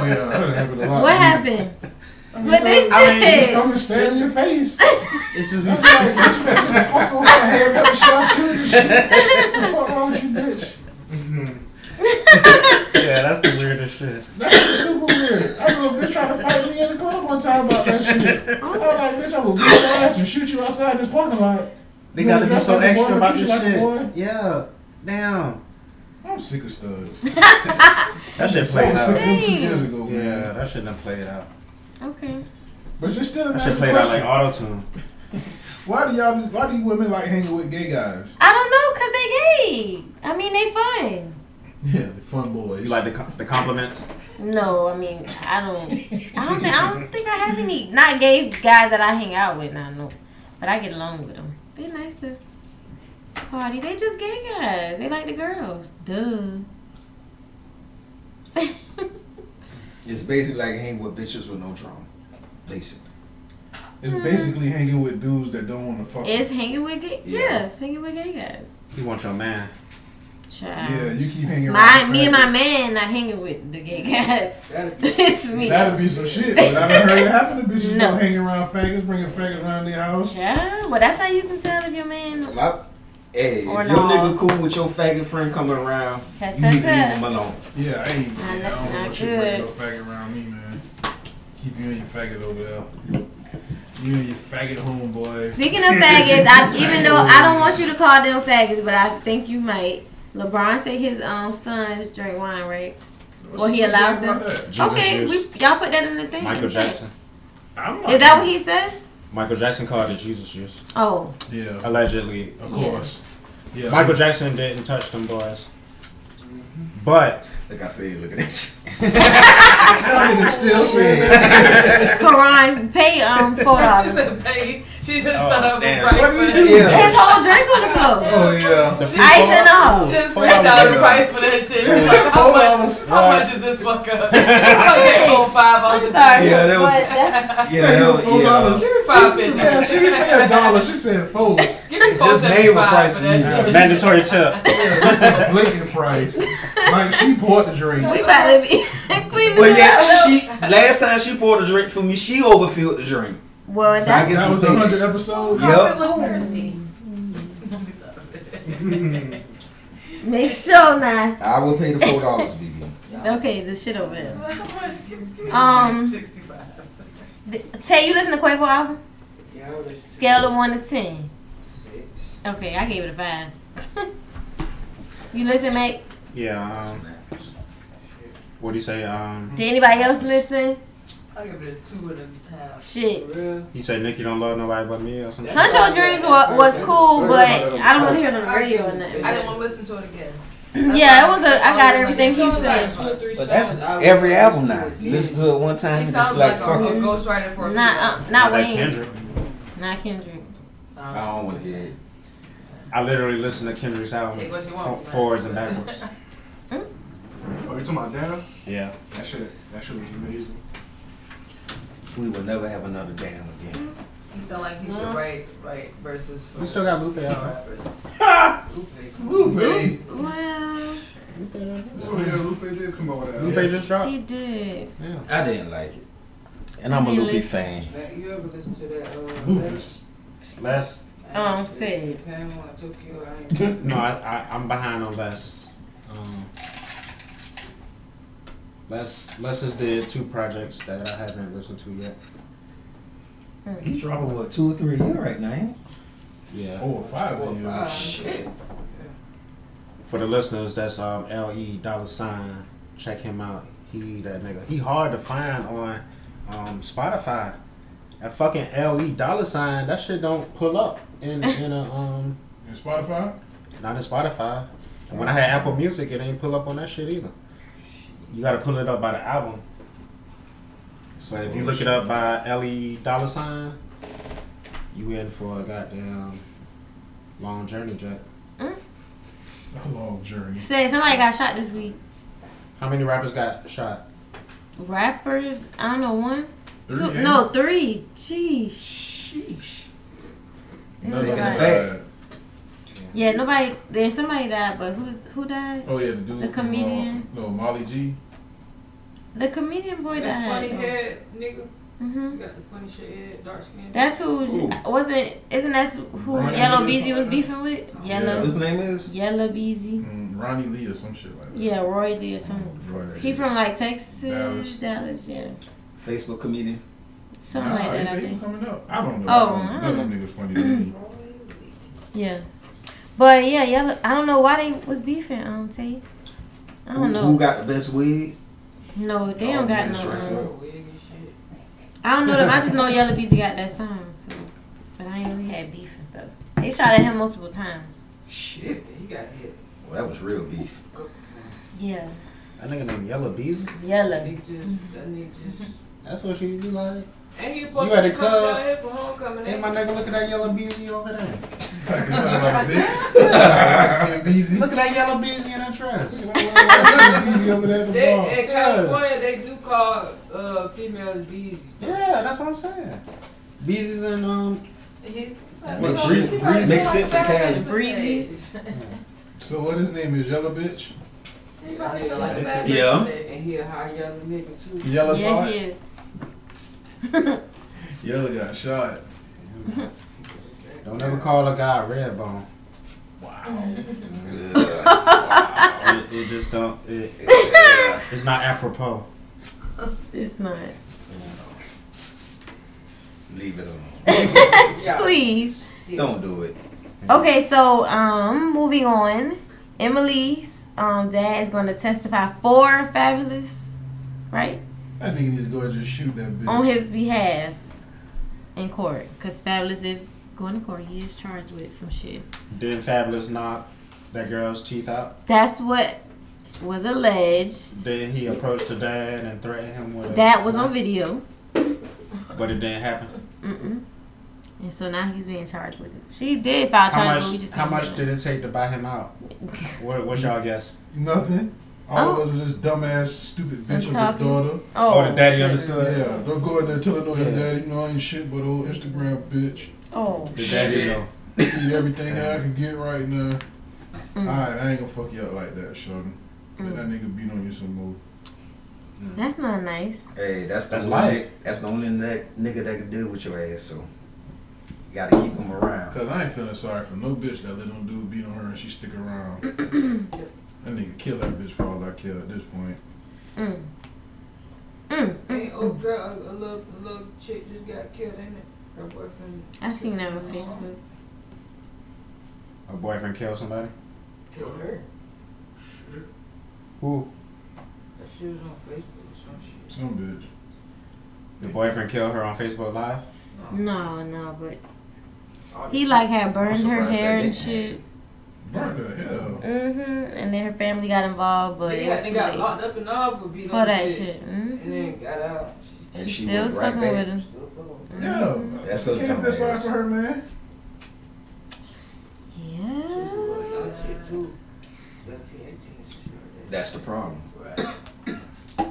K: Oh, yeah. That done happened a lot.
E: what happened? What they
K: I mean,
E: said?
K: I'm just staring in your face.
M: It's just
K: me. Like, bitch, you better get the fuck over my head, better shot you and shit. What the fuck wrong with you, bitch?
M: yeah, that's the weirdest shit.
K: That's super weird. I was a bitch trying to fight me in the club one time about that shit. I was like, bitch, I will beat your ass and shoot you outside this parking lot.
M: They
K: You
M: gotta
K: wanna
M: be
K: dress
M: so
K: like a boy,
M: extra
K: but
M: about
K: treat
M: this
K: you like a boy?
M: shit. Yeah, damn.
K: I'm sick of studs.
M: That shit
K: So
M: played
K: sick of them
M: out.
K: two years ago,
M: Yeah,
K: man.
M: that shit done played out.
E: Okay.
K: But you still
M: That
K: not
M: shit played out like auto tune.
K: Why do y'all? Why do women like hanging with gay guys?
E: I don't know, cause they gay. I mean, they fun.
K: Yeah, the fun boys.
M: You like the, com- the compliments?
E: No, I mean, I don't. I don't think. I don't think I have any not gay guys that I hang out with. Now, no, but I get along with them. They nice to party. They just gay guys. They like the girls. Duh.
G: It's basically like hang with bitches with no drama. Basically.
K: It's basically hanging with dudes that don't want to fuck.
E: It's hanging with gay.
K: Yeah.
E: Yes, hanging with gay guys.
M: You want your man.
E: Child.
K: Yeah, you keep hanging.
E: My
K: around
E: me and
K: faggots.
E: my man not hanging with the gay guys. it's me.
K: That'd be some shit. But I done heard it happen to bitches
E: No.
K: no. hanging around faggots, bringing faggots around their house.
E: Yeah, well, that's how you can tell if your man.
G: My, hey, if
E: Or
G: your
E: no.
G: nigga cool with your faggot friend coming around,
E: Ta-
G: you
E: ta-
G: need to leave
E: ta.
G: him alone.
K: Yeah, I ain't.
E: Nah,
K: I
E: that's
K: don't
E: not
K: want you bringing no
E: good.
K: faggot around me, man. Keep you and your faggot over there. You and your faggot homeboy.
E: Speaking of faggots, I, even though I don't want you to call them faggots, but I think you might. LeBron said his um sons drink wine, right? Or he
K: What's
E: allowed
K: the
E: them.
K: thing about that?
E: Okay, we,
M: Jesus
E: y'all put that in the thing.
M: Michael
E: and check.
M: Jackson.
K: I'm
E: Is that what he said?
M: Michael Jackson called it Jesus juice.
E: Oh.
K: Yeah.
M: Allegedly.
K: Of course. Yeah.
M: Michael Jackson didn't touch them boys. But
G: Like I said, looking at
K: Y'all niggas still saying that.
E: Karan, pay um four
C: she
E: dollars.
C: said, "Hey," she just thought I was
K: damn.
C: right.
K: What do you
C: for
K: do?
C: that.
K: Yeah.
E: His whole drink on the floor.
K: Oh yeah.
M: The
E: Ice and all.
C: Just
M: Four
C: freaked out
M: dollars.
C: the price for that shit. She's like, how
K: Four
C: much?
K: dollars.
C: How much is this fuck up? I'll take four five.
E: I'm
C: I'm
E: sorry.
G: Yeah, that was-
E: but that's,
G: Yeah, hell,
K: four
G: yeah.
K: dollars.
C: Five
K: She-
C: fifty.
K: Yeah, she didn't say a dollar. She said four.
C: Give me four
G: Just
C: seventy
G: name a
C: five
G: price
C: for
G: for me.
C: that shit.
M: Mandatory tip.
K: Yeah, Blinking price. Like she bought the drink.
E: we about to be clean
G: Well,
E: this
G: yeah,
E: up.
G: she last time she poured a drink for me, she overfilled the drink.
E: Well,
G: So I
E: that's
G: guess
K: That was
G: it's
K: the
G: big.
K: hundred episode.
C: look
G: Yep.
C: thirsty.
E: make sure now.
G: I will pay the four dollars, BB.
E: Okay, this shit over there.
C: How much? Give- give me
E: Um,
C: 65.
E: Th- Tay, you listen to Quavo album?
C: Yeah, I would have
E: Scale of one to ten. Okay, I gave it a five. you listen, mate?
M: Yeah. Um, what do you say? Um,
E: Did anybody else listen?
C: I'll give it a two and a half.
E: Shit.
C: For real.
M: you say Nikki don't love nobody but me or something?
E: Hunt Your Dreams wa- was cool, but I don't want to hear it on the radio or nothing.
C: I didn't want to listen to it again.
E: Yeah, it was a. I got everything he said.
G: But that's every album now. You listen to it one time
C: He
G: and just
C: sounds
G: be like,
C: like a,
G: fuck
C: a
G: it.
C: ghostwriter for a
E: Not, uh, not
M: like
E: Wayne's.
M: Kendrick.
E: Not Kendrick. uh.
G: I don't want to hear it.
M: I literally listen to Kendrick's album
C: Take what you
M: fo-
C: want.
M: forwards and backwards.
H: Oh,
K: Are you talking about Dana?
M: Yeah.
K: That shit. That shit was amazing.
G: We will never have another damn again.
C: He sound like he should write write verses for
M: We still got Lupe out.
C: rappers. Lupe.
K: Lupe. Lupe.
E: Well,
K: Oh yeah, Lupe did come over there.
M: Lupe just dropped.
E: he did.
G: I didn't like it. And I'm a
E: Really?
G: Lupe fan.
C: Matt, you ever listen to that? Uh,
K: Lupus.
M: Last.
E: Um, said.
C: Pamela Tokyo. I ain't
M: No, I, I I'm behind on Vest. Um,
I: Les Les has did two projects that I haven't listened to yet.
G: He dropping what two or three a year right now?
I: Yeah.
G: Four or five
I: Four or
G: of them.
I: five.
G: Shit.
I: For the listeners, that's um L E dollar sign. Check him out. He that nigga. He hard to find on um Spotify. That fucking L E dollar sign. That shit don't pull up in in a um.
K: In Spotify.
I: Not in Spotify. And when I had Apple Music, it ain't pull up on that shit either. You gotta pull it up by the album. But if you look it up by Ellie Dollar Sign, you in for a goddamn long journey, Jack.
K: A long journey.
E: Say somebody got shot this week.
I: How many rappers got shot?
E: Rappers, I don't know one.
I: Three,
E: Two,
I: ain't
E: no, three. Jeez. Sheesh.
K: Another
E: Nobody-
K: guy.
E: Yeah, nobody. Then somebody died, but who who died?
K: Oh yeah, the dude.
E: The
K: from, uh,
E: comedian.
K: no, Molly G.
E: The comedian boy
C: That
E: died. Mm-hmm.
C: funny head, nigga. You got the funny shit head, dark skin.
E: That's who wasn't. Isn't that who
K: Ronnie
E: Yellow
K: Lee or
E: Beezy was beefing with? Yellow.
K: Yeah. His name is?
E: Yellow Beezy.
K: Mm, Ronnie Lee or some shit like that.
E: Yeah, Roy Lee or something.
K: Roy
E: He
K: Lee.
E: from like Texas, Dallas,
K: Dallas.
E: yeah.
G: Facebook comedian.
E: Something
K: Nah,
E: like
K: they
E: that.
K: say
E: I
K: he
E: think.
K: coming up. I don't
E: Oh,
K: know. I
E: I
K: don't
E: don't
K: know.
E: know.
K: Them niggas funny to me.
E: Yeah. But yeah, yellow. I don't know why they was beefing. Um, Tay. I don't
G: who,
E: know.
G: Who got the best wig?
E: No, they don't got no.
G: Dress
E: um,
G: up.
E: I don't know them. I just know Yellow Beezy got that song. So, but I ain't know he had beef and stuff. They shot at him multiple times.
G: Shit.
C: He got hit.
G: Well, that was real beef.
E: Yeah.
I: That nigga named Yellow Beezy.
E: Yellow.
C: He just, that nigga just.
I: That's what she be like.
C: And he supposed
I: You at
C: to
I: the
C: be coming
I: club.
C: down here for homecoming.
I: Hey, my nigga, look at that Yellow Beezy over there. Look at that Yellow Beezy in that dress.
K: over there at the
C: They,
K: bar.
C: in California, they do call uh, females bees.
I: Yeah, that's what I'm saying. Beezy's in um.
C: He-
K: Makes
C: he
K: sense.
C: probably
K: Makes
C: called
K: sense in
C: back
K: Cali.
C: in some
E: Breezes.
C: days.
K: So what his name is? Yellow bitch.
C: He probably feel like a bad
K: Yeah.
C: person. And he a high yellow nigga too.
K: Yellow
C: yeah,
K: thought?
C: Yeah.
K: Yellow got shot.
I: Don't ever call a guy red bone. Wow. it, it just don't. It, it's not apropos.
E: It's not.
G: Leave it alone.
E: Please.
G: Don't do it.
E: Okay, so um, moving on. Emily's um dad is going to testify for Fabulous, right,
K: I think he needs to go and just shoot that bitch.
E: on his behalf in court, cause Fabulous is going to court. He is charged with some shit.
I: Did Fabulous knock that girl's teeth out?
E: That's what was alleged.
I: Then he approached the dad and threatened him with a,
E: That was on video.
I: But it didn't happen.
E: Mm-mm. And so now he's being charged with it. She did file charges,
I: how
E: but we
I: much?
E: just
I: How
E: don't know.
I: much did it take to buy him out? What, what's y'all guess?
K: Nothing. All it was was this dumbass, stupid bitch of a
I: talking.
K: daughter.
I: Oh. Oh, the daddy understood.
K: Yeah, don't go in there telling no your
I: Yeah.
K: daddy, no, I ain't shit but old Instagram bitch.
E: Oh.
I: The daddy know.
K: Eat everything that I can get right now.
E: Mm.
K: Alright, I ain't gonna fuck you up like that, Sean. Let that nigga beat on you some more.
E: That's not nice.
G: Hey, that's the
K: That's
G: only
K: life.
G: Nigga, that's the only that nigga that can deal with your ass. So you gotta keep him around.
K: Cause I ain't feeling sorry for no bitch that let no dude beat on her and she stick around. that nigga kill that bitch for all I care at this point.
E: Mm.
C: Ain't old oh, girl, a, a little, a little chick just got killed, ain't it? Her boyfriend.
E: I seen that on Facebook.
I: A boyfriend killed somebody.
C: Killed her. Shit.
I: Who?
C: That shit was on Facebook or some shit.
K: Some bitch.
I: The boyfriend killed her on Facebook Live.
E: No, no, but he like had burned her hair and shit.
K: Burn the hell.
E: Mm-hmm. And then her family got involved, but
C: They
E: it
C: got,
E: was
C: they
E: too
C: got
E: late.
C: locked up and all for beating
E: For
C: on the
E: that
C: bitch.
E: shit, mhm.
C: And then got out.
G: And she
E: Still
G: went
E: was
G: right
E: fucking
G: back.
E: with him.
K: No,
G: That's a
K: can't feel sorry
G: dumbass.
K: for her, man.
E: Yeah.
C: Shit too. 17, 18, shit like that.
G: That's the problem.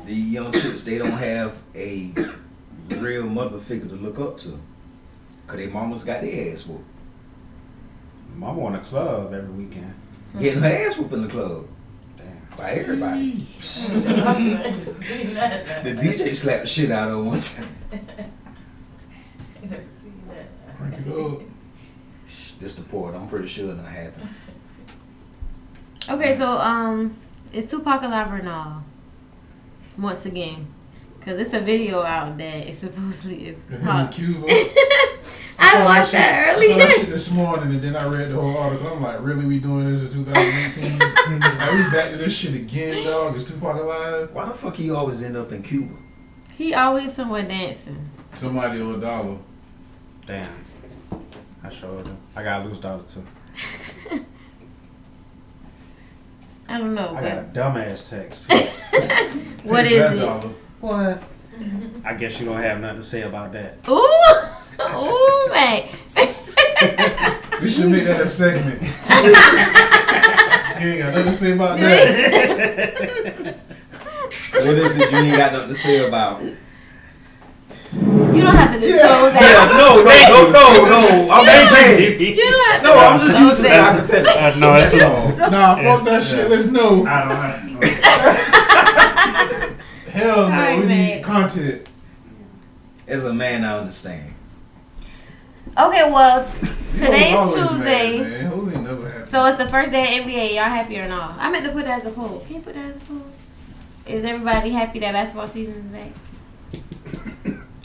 G: The young chicks, they don't have a real mother figure to look up to. Cause their mamas got their ass whooped.
I: Mama on a club every weekend.
E: Hmm.
G: Getting her ass whooped in the club. By everybody.
C: I just seen that.
G: The DJ slapped the shit out of her one time.
C: I never seen that.
K: Break it up.
G: This the port. I'm pretty sure it not happened.
E: Okay, so um, is Tupac alive or no? once again. Because it's a video out that it's supposedly it's
K: Him
E: pop-
K: in Cuba.
E: I
K: saw
E: watched that
K: shit- I saw that shit
E: earlier.
K: this morning, and then I read the whole article. I'm like, really, we doing this in 2018? Are we back to this shit again, dog? Is Tupac alive?
G: Why the fuck he always end up in Cuba?
E: He always somewhere dancing.
K: Somebody owe a dollar.
I: Damn. I showed him. I got a loose dollar too.
E: I don't know.
I: I got a
E: But
I: dumbass text. too.
E: what
I: Take that
E: is it?
I: dollar.
E: What?
I: I guess you don't have nothing to say about that.
E: Ooh, ooh, mate.
K: We should make that a segment. you ain't got nothing to say about that.
G: What is it you ain't got nothing to say about?
E: You don't have to disclose
G: Yeah,
E: that.
G: no, no, no, no, no. I'm just saying.
E: You don't have to
G: No, I'm just
E: disclose
G: using it
E: that.
G: hypothetically.
I: Uh, no, it's
K: Oh. nah, fuck that shit. Let's know.
I: I don't have.
K: Hell no,
E: Alright,
K: we
E: man.
K: need content.
G: As a man, I understand.
E: Okay, well, t-
K: You
E: today's
K: always mad,
E: Tuesday.
K: man. Who ain't never happy?
E: So it's the first day of NBA. Y'all happy or not? I meant to put that as a poll. Can you put that as a poll? Is everybody happy that basketball season is back?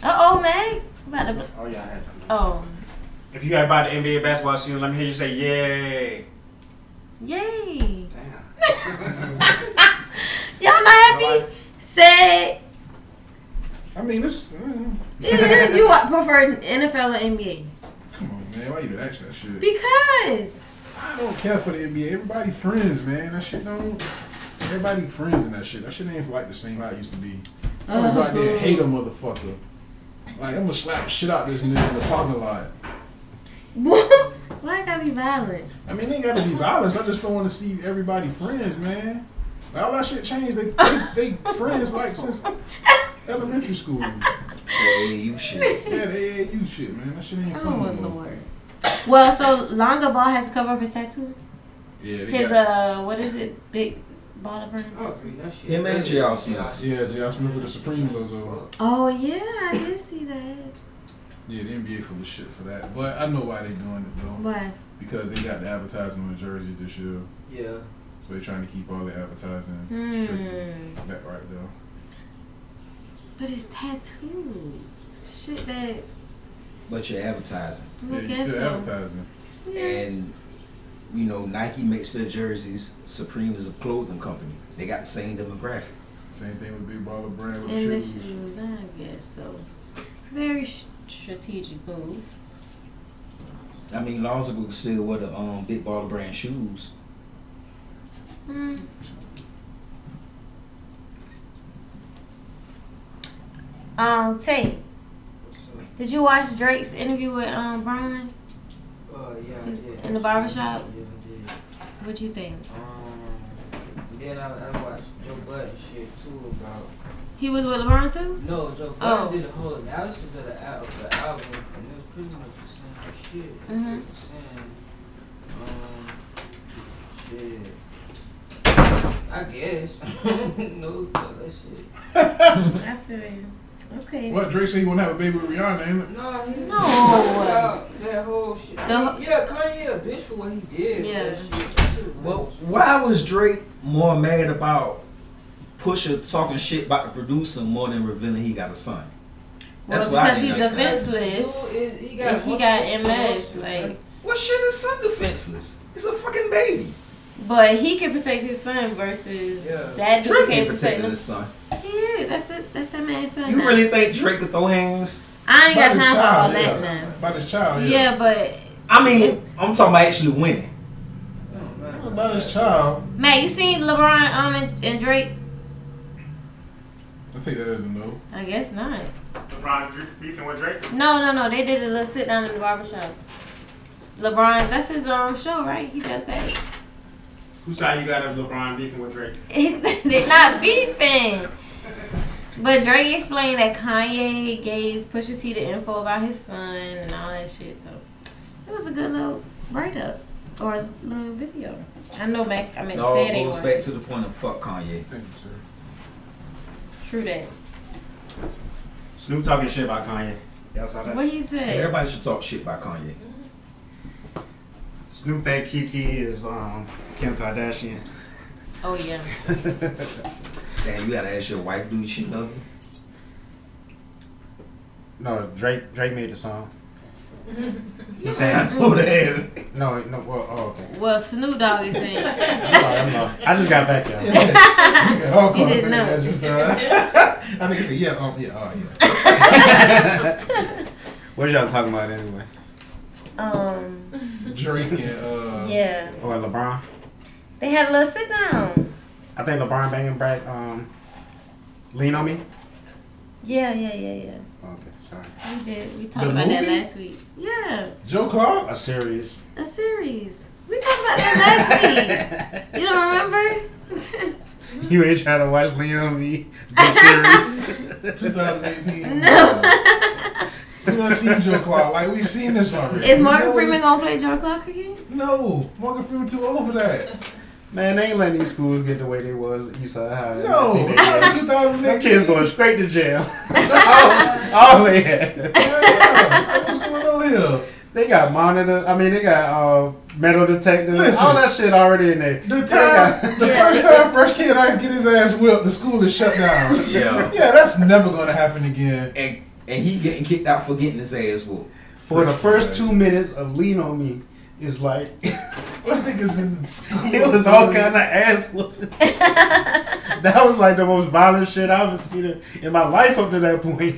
E: Uh oh, man. About to.
I: Oh yeah, I had.
E: Oh,
I: If you got about the NBA basketball season, let me hear you say yay.
E: yay! Y'all not happy? Say
K: I mean, this. mm,
E: yeah, you wa- prefer NFL or NBA
K: Come on, man. Why you even ask that shit?
E: because
K: I don't care for the NBA. Everybody friends, man. That shit don't. Everybody friends in that shit. That shit ain't like the same how it used to be. I'm gonna go out there and hate a motherfucker. Like I'm gonna slap the shit out this nigga in the parking lot.
E: why it gotta be violent?
K: I mean, they gotta be violence. I just don't want to see everybody friends, man. Like, all that shit changed. They, they, they friends like since elementary school.
G: Yeah, you shit.
K: Yeah, they yeah, you shit, man. That shit ain't fun.
E: Oh
K: no more.
E: lord. Well, so Lonzo Ball has to cover up his tattoo.
K: Yeah, they
E: His
K: got-
E: uh, what is it? Big ball of burning
C: Oh,
E: tattoo.
G: Him and J.R. Smith.
K: Yeah, J.R. Smith with the Supreme logo.
E: Oh yeah, I did see that.
K: Yeah, the NBA full of shit for that. But I know why they doing it though.
E: Why?
K: Because they got the advertising on the jersey this year.
C: Yeah.
K: So they're trying to keep all the advertising.
E: Hmm.
K: strictly That right there.
E: But it's tattoos. Shit that.
G: But you're advertising.
E: I Yeah, you guess still so.
K: advertising.
G: And you know, Nike makes their jerseys. Supreme is a clothing company. They got the same demographic.
K: Same thing with Big Baller
E: And
K: Brand
E: the shoes, I guess so. Very sh- strategic move.
G: I mean, Lonzo could still wear the um, Big Baller Brand shoes.
E: Hmm. Um, Tay, did you watch Drake's interview with um Brian
C: Uh, yeah, I did.
E: in the barbershop?
C: Yeah, I
E: What'd you think?
C: did. Um, then I, I watched Joe Budden shit too about.
E: He was with LeBron too?
C: No, Joe
E: Oh.
C: Budden did a whole analysis of the album, the album, and it was pretty much the same shit. It
E: Mhm.
C: was
E: Mm-hmm.
C: saying, um, shit. I guess. no, fuck that shit.
E: I feel you. Okay.
K: What Drake said he wanna have a baby with Rihanna, ain't it?
C: No, he
E: No.
C: That, that whole shit. I
E: The-
C: mean, yeah, Kanye a bitch for what he did. but
E: Yeah.
C: shit, that shit was-
G: Well, why was Drake more mad about Pusha talking shit about the producer more than revealing he got a son? That's
E: Well,
G: why
E: because
G: I
E: he's
G: didn't understand.
E: defenseless.
C: Dude is- he
E: And
C: got,
E: he got
C: multiple
E: MS,
C: emotions,
E: like,
G: What shit is son defenseless? He's a fucking baby.
E: but he can protect his son versus
C: Yeah.
E: that dude
G: Drake ain't
E: can't protect
G: protecting
E: him.
G: his son.
E: He is. That's the that's that man's son.
G: You
E: now.
G: really think Drake could throw hands?
E: I ain't got
K: By
E: time
K: this
E: for all
K: child,
E: that
K: yeah.
E: now.
K: By this child,
E: Yeah.
K: yeah.
E: but
G: I mean, I'm talking about actually winning.
K: By this child,
E: Matt, you seen LeBron um and, and Drake?
K: I take that as a no.
E: I guess not.
I: LeBron dr- beefing with Drake.
E: No, no, no. They did a little sit down in the barbershop. LeBron, that's his um show, right? He does that.
I: Whose side you got of LeBron beefing with Drake?
E: They're not beefing. But Drake explained that Kanye gave Pusha T the info about his son and all that shit. So it was a good little write up or little video. I know Mac. I mean,
G: It
E: no,
G: all
E: said they
G: goes
E: watched
G: back
E: it.
G: to the point of fuck Kanye.
K: Thank you, sir.
E: True that.
I: Snoop talking shit about Kanye. Y'all saw that?
E: What he said?
G: Everybody should talk shit about Kanye.
I: Snoop think Kiki is um, Kim Kardashian.
E: Oh yeah.
G: Damn, you gotta ask your wife, do she love you?
I: No, Drake Drake made the song.
E: You
I: said-
G: Over there.
I: No, no, well, oh, okay.
E: Well, Snoop Dogg is saying.
I: Sorry, I'm lost. I just got back, y'all.
E: You didn't know.
K: I just, uh, I mean, yeah, um, yeah, oh, yeah.
I: What y'all talking about anyway?
E: Um,
K: Drake and uh,
E: Yeah.
I: Oh, and LeBron.
E: they had a little sit down.
I: I think LeBron banging back. Um, lean on me.
E: Yeah, yeah, yeah, yeah.
I: Okay, sorry.
E: We did. We talked
I: The
E: about that
I: movie?
E: last week. Yeah,
K: Joe Clark.
I: A series.
E: a series. We talked about that last week. You don't remember?
I: You ain't trying to watch Lean on me. The series.
K: 2018.
E: No.
K: We done seen Joe Clark. Like we seen this already.
E: Is
K: We
E: Morgan
K: know
E: Freeman
K: it's-
E: gonna play Joe Clark again?
K: No, Morgan Freeman too old for that.
I: Man, they ain't letting these schools get the way they was at Eastside High.
K: No, not in 2018.
I: Them kids going straight to jail. Oh, all, all in.
K: What's going on here?
I: They got monitor. I mean, they got uh, metal detectors.
K: Listen.
I: all that shit already in there.
K: The time, the first time Fresh Kid Ice get his ass whipped, the school is shut down.
G: Yeah.
K: yeah, that's never gonna happen again.
G: And and he getting kicked out for getting his ass whooped.
I: For the first two minutes of Lean on Me, is like
K: Those niggas in school.
I: it was all kind of ass whoopings. that was like the most violent shit I've ever seen in- in my life up to that point.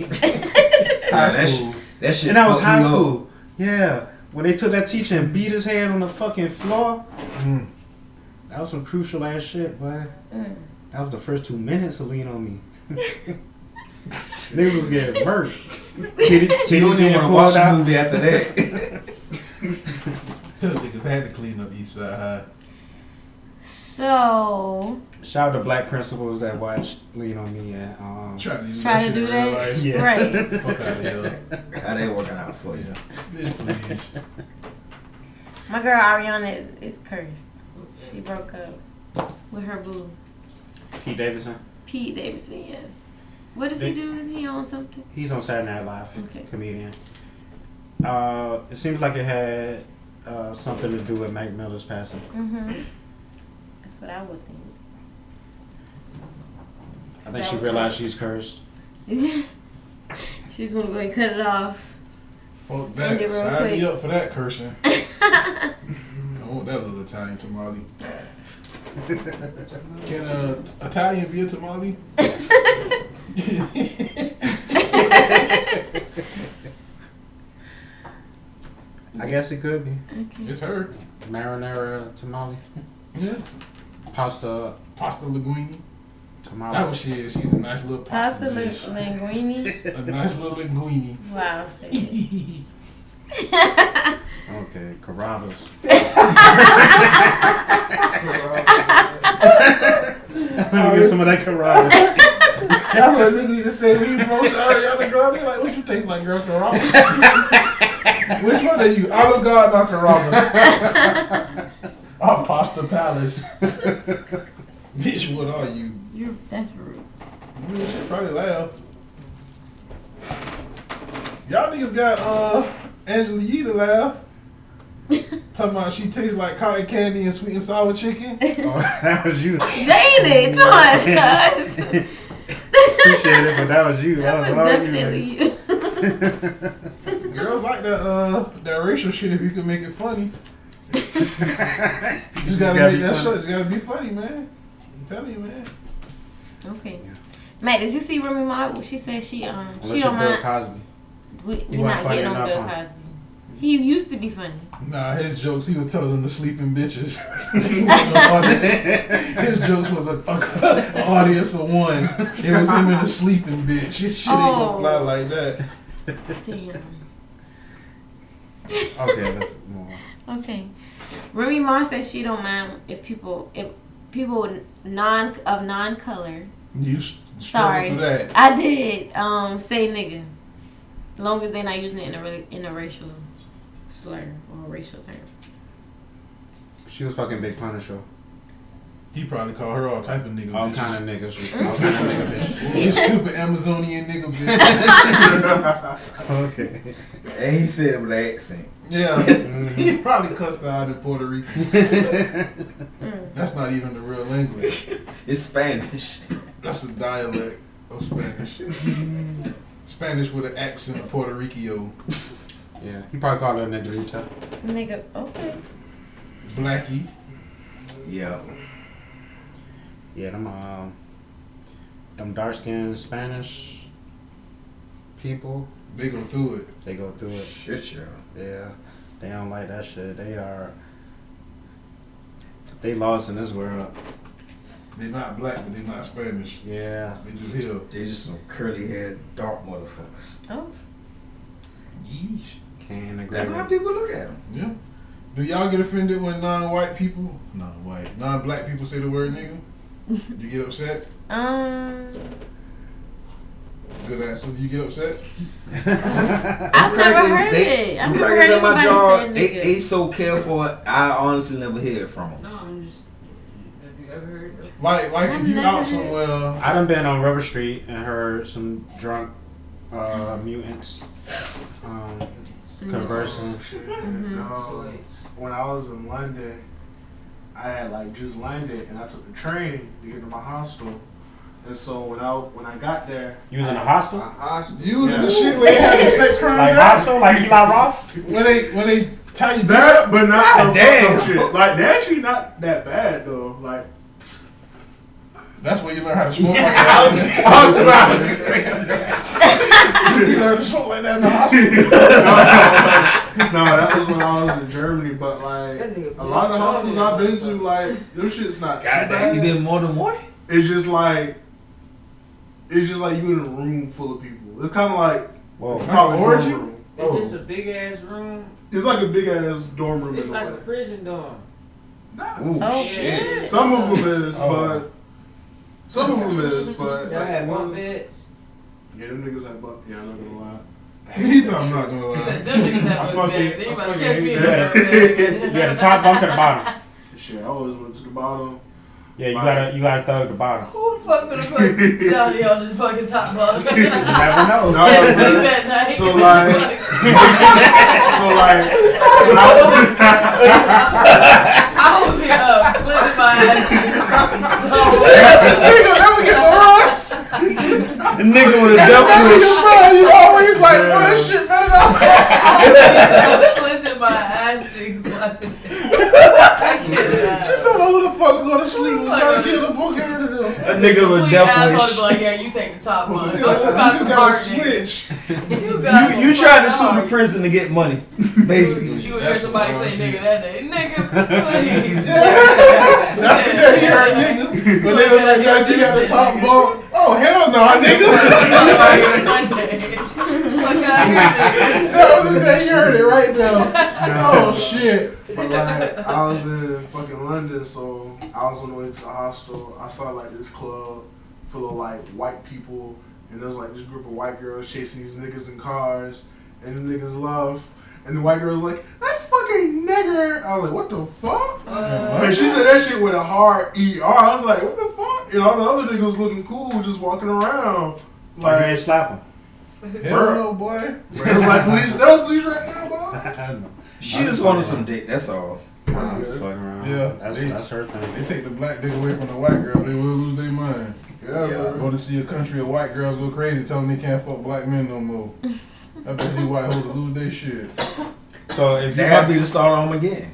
G: Yeah, that, sh- that shit.
I: and that was
G: fucked me
I: high
G: up.
I: school. Yeah, when they took that teacher and beat his head on the fucking floor. That was some crucial ass shit, but
E: Mm.
I: that was the first two minutes of Lean on Me. Niggas was getting murked. Titty-
G: You
I: Titties
G: don't even
I: getting
G: want to
I: pulled
G: watch the
I: out.
G: movie after that.
K: Those niggas had to clean up East Side High.
E: So
I: Shout out to Black Principals that watched Lean on Me and um,
K: Try to do
E: try
K: that
E: to
K: shit
E: do
K: in
E: that.
K: real life.
I: Yeah.
E: Right.
K: Fuck out of here.
G: How they working out for you?
K: Bitch, please.
E: My girl Ariana is, is cursed. She broke up with her boo
I: Pete Davidson.
E: Pete Davidson. Yeah. What does he do? Is he on something?
I: He's on Saturday Night Live,
E: Okay.
I: comedian. Uh, it seems like it had uh, something to do with Mac Miller's passing.
E: Mhm. That's what I would think.
I: I think
E: That
I: she
E: was
I: realized she's cursed.
E: She's gonna go and cut it off.
K: Fuck
E: End
K: that.
E: it real
K: Sign me
E: quick.
K: up for that cursing. I want that little Italian tamale. Can uh, Italian be a tamale?
I: I guess it could be.
K: It's her.
I: Marinara tamale,
K: Yeah.
I: pasta
K: Pasta linguine.
I: tamale.
K: That was she. is. She's a nice little pasta.
E: Pasta li-
K: dish.
E: linguine.
K: a nice little linguine.
E: Wow. say it.
I: Okay, Carrabba's. I'm gonna get some of that Carrabba's.
K: That's what nigga just said when you broke to Ariana Grande. Like, what you taste like, girl? Carrabba's. Which one are you? Olive Garden or Carrabba's? or Pasta Palace? Bitch, what are you?
E: You. That's rude.
K: You should probably laugh. Y'all niggas got uh Angela Yee to laugh. Talking about she tastes like cotton candy and sweet and sour chicken.
I: oh, that was you. Appreciate
E: Dang it! Come on, cuz.
I: it, but that was you. That was, all
E: Definitely you.
K: Girls like that uh that racial shit if you can make it funny.
I: you.
K: You
I: Just
K: just gotta,
I: gotta
K: make
I: be
K: that
I: funny.
K: show. You gotta be funny, man. I'm telling you, man.
E: Okay. Matt, did you see Remy Ma? Well, She said she um
I: Unless
E: she
I: you're
E: don't
I: Bill
E: mind.
I: Cosby.
E: We,
I: You
E: we're
I: weren't
E: not
I: funny
E: getting on
I: enough,
E: Bill
I: huh?
E: Cosby. He used to be funny.
K: Nah, his jokes. He was telling them to sleeping bitches. He was the audience. his jokes was a, a, a audience of one. It was him and the sleeping bitch. His shit ain't
E: Oh.
K: gonna fly like that.
E: Damn.
I: Okay, let's move on.
E: Okay. Remy Ma says she don't mind if people if people non of non color.
K: You s-
E: Sorry,
K: struggle through that.
E: I did um say nigga, long as they're not using it in a re- in a racial slur or a racial term.
I: She was fucking Big Punisher.
K: He probably called her all type of nigga
I: All
K: bitches.
I: kind of niggas. All kind of nigga
K: You
I: bitch.
K: stupid Amazonian nigga bitch.
I: Okay.
G: And he said it with an accent.
K: yeah,
I: Mm-hmm.
K: he probably cussed her out in Puerto
E: Mm.
K: Rico. That's not even the real language.
G: It's Spanish.
K: That's a dialect of Spanish.
E: Mm.
K: Spanish with an accent of Puerto Rico.
I: Yeah, he probably called her a negrita.
E: Nigga, okay.
K: Blackie.
I: Yeah. Yeah, them um, them dark skinned Spanish people.
K: They go through it.
I: They go through it.
G: Shit, yeah.
I: Yeah, they don't like that shit. They are. They lost in this world.
K: They're not black, but they're not Spanish.
I: Yeah.
K: They just here.
G: They just some curly haired dark motherfuckers.
E: Oh.
K: Yeesh.
I: Can't agree.
G: That's how
I: with-
G: people look at them.
K: Yeah. Do y'all get offended when non-white people, non-white, non-black people say the word nigga? You get upset?
E: Um,
K: Good answer. You get upset?
E: I've never heard
G: They-
E: it. I've
G: them
E: never
G: crackers
E: heard
G: at my
E: anybody
G: job,
E: say
G: they,
E: nigga.
G: they so careful. I honestly never hear it from them.
C: No, I'm just. Have you ever heard of?
K: Like, like if you out
C: never-
K: somewhere,
I: I done been on River Street and heard some drunk uh, mutants um, conversing.
C: Oh.
H: Um, when I was in London, I had like just landed and I took the train to get to my hostel. And so when I when I got there,
I: You was in a hostel?
K: You was in the shit where they had the sex crimes
I: Like
K: at?
I: hostel, like Eli Roth?
K: When they when they tell you
H: that, but not
K: God
H: the
K: damn.
H: damn shit. Like they're actually not that bad though. Like
K: that's where you learn how to smoke
H: Yeah,
K: like that.
H: I was- I
I: Oh,
H: was- I was just thinking
K: you learn to smoke like that in the hospital.
H: no, that was when I was in Germany. But like a lot of the hostels I've been to, like them shit's not too bad.
G: You been more than one?
H: It's just like it's just like you in a room full of people. It's kind of like
I: Whoa.
H: college
C: Orgy?
H: dorm room.
C: It's just a big ass room.
H: It's like a big ass dorm room.
C: It's
H: in a
C: like a
H: way.
C: prison dorm.
H: Ooh,
C: Oh,
H: shit.
C: shit.
H: Some of them is,
C: Oh.
H: but some of them is, but
C: Y'all had bunk
H: ones-
C: beds.
H: Yeah, them niggas had bump. Yeah, I'm not gonna lie.
K: He thought I'm not gonna lie.
C: Them niggas had
H: I
C: bunk
H: fucking-
C: beds. They
H: I
C: about to
H: fucking
C: catch me in
H: hate that.
C: a bunk
I: Yeah, the top bunk and the bottom.
H: Shit, I always went to the bottom.
I: Yeah, you gotta you gotta thug the bottom.
C: Who the fuck gonna put Johnny on this fucking top bunk? you
I: never know.
H: No,
C: Sleep
H: but-
C: at night.
H: so like, so like, so when I
C: I would be up, clenching my
K: Nigga, that would get Ross.
G: The nigga with a
K: That
G: death wish.
K: nigga, bro, you always like, boy, this shit better not.
C: ass. clenching my ass cheeks watching
K: You don't know who the fuck going to sleep with trying to get a book out of them.
G: A nigga with a
C: Please, asshole, be
G: death
C: like, yeah, you take the top bunk.
K: Yeah,
C: You got
K: you
C: some
K: gotta
C: heart,
K: switch.
C: nigga. You got
G: wish.
C: some
G: You, you tried
C: fucking
G: to sue
C: heart.
G: the prison to get money, basically.
C: You would hear somebody say nigga that day. Nigga, please.
K: That's the day he heard nigga. But they was like, yo, you got the top bunk. Oh, hell no, nigga. that was the day you heard it right now. Oh, shit.
H: But like, I was in fucking London, so I was on the way to the hostel. I saw like this club full of like white people, and there was like this group of white girls chasing these niggas in cars, and the niggas love. And the white girl was like, that fucking nigger. I was like, what the fuck? and she said that shit with a hard ER. I was like, what the fuck? And all the other niggas was looking cool just walking around.
I: Like, you ain't slap him.
K: Hell no, boy.
H: It was like, police, that was police right now, boy.
G: She just wanted some dick. That's all.
I: Nah, just fucking around.
K: Yeah,
I: that's,
K: they-
I: that's her
K: They
I: thing.
K: take the black dick away from the white girl, they will lose their mind.
H: Yeah, bro.
K: Go to see a country of white girls go crazy, tell them they can't fuck black men no more. I bet these white hoes will lose their shit.
I: So if you
G: That'd
I: fuck,
G: be the start home again.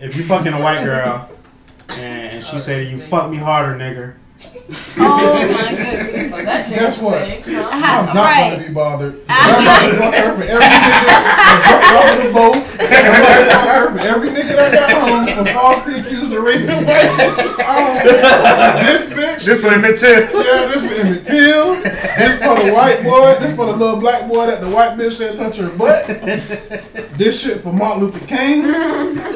I: if you fucking a white girl and she say to you, "Fuck me harder, nigger,"
E: Oh my goodness.
C: That shit
K: Guess what?
C: stinks, huh?
K: I'm not
E: Right.
K: gonna be bothered. I'm gonna fuck her for every nigga that dropped off the boat. I'm gonna fuck her for every nigga that got home for falsely accused of raping white bitches. I don't- This bitch.
I: This for Emmett Till.
K: Yeah, this for Emmett Till. This for the white boy. This for the little black boy that the white bitch said touch her butt. This shit for Martin Luther King.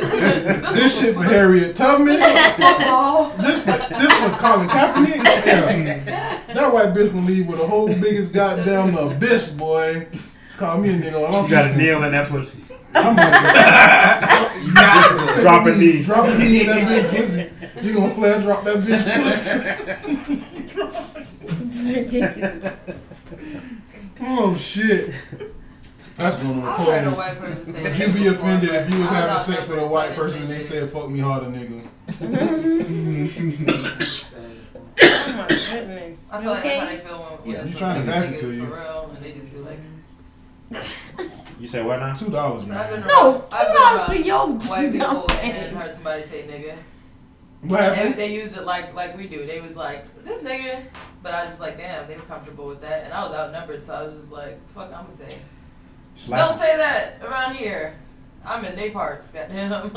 K: This shit for Harriet Tubman.
C: Football.
K: This for, this for Colin Kaepernick. Yeah. That white bitch gonna leave with a whole biggest goddamn abyss, boy. Call me a nigga. All I'm
I: you gotta
K: thinking-
I: kneel in that pussy.
K: I'm like, you got to
I: Drop a knee.
K: Drop a knee in that bitch pussy. You gonna flare drop that bitch pussy.
E: It's ridiculous.
K: Oh shit. That's gonna
C: I heard a
K: record.
C: white person say
K: Would
C: that
K: you be
C: before,
K: offended
C: but
K: if you was
C: I was
K: having
C: out
K: sex
C: there
K: with a white
C: for
K: person and they said fuck me harder, nigga?
C: something.
E: my goodness.
C: I feel like that's how they
E: Okay.
C: feel when- when
K: Yeah,
C: it's
K: you trying to
C: like
K: pass it to
C: niggas
K: you.
C: For real, and they just be like,
I: You said what now?
K: Two dollars,
C: I've been
K: man.
E: No,
C: around- I've been
E: $2 for
C: around
E: your
C: white people
E: dumb
C: and heard somebody say nigga.
K: What
C: They,
K: happened?
C: they used it like like we do. They was like this nigga, but I was just like damn, they were comfortable with that, and I was outnumbered, so I was just like fuck, I'm gonna say.
I: Slap
C: Don't say that around here. I'm in they parts, goddamn.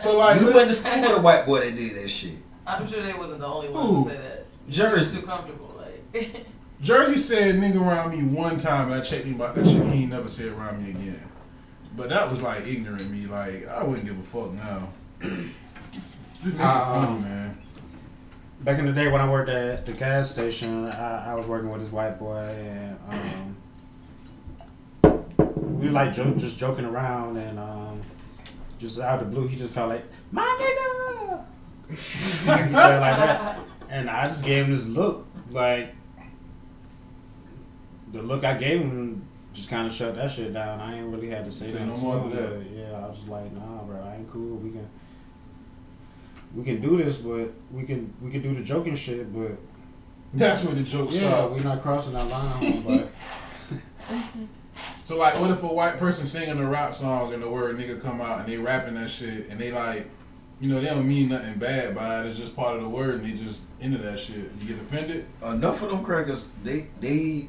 G: So like, we went to school with a white boy that did that shit.
C: I'm sure they wasn't the only one
K: Who?
C: to say that.
K: Jersey.
C: Too comfortable, like.
K: Jersey said nigga around me one time and I checked him about that shit. He ain't never said around me again. But that was like ignorant me. Like, I wouldn't give a fuck now. Just make it
I: Uh-uh.
K: funny, man.
I: Back in the day when I worked at the gas station, I, I was working with this white boy, and um, we were like jo- just joking around, and um, just out of the blue, he just felt like my nigga, He said like that, and I just gave him this look, like the look I gave him just kind of shut that shit down. I ain't really had to say
K: Say
I: that.
K: no more than that.
I: Yeah, I was just like, nah, bro, I ain't cool. We can we can do this, but we can we can do the joking shit, but
K: That's where the joke
I: yeah,
K: start.
I: we not crossing that line, but
K: So like, what if a white person singing a rap song and the word nigga come out and they rapping that shit and they like, you know, they don't mean nothing bad by it. It's just part of the word and they just into that shit. You get offended?
G: Enough of them crackers. They they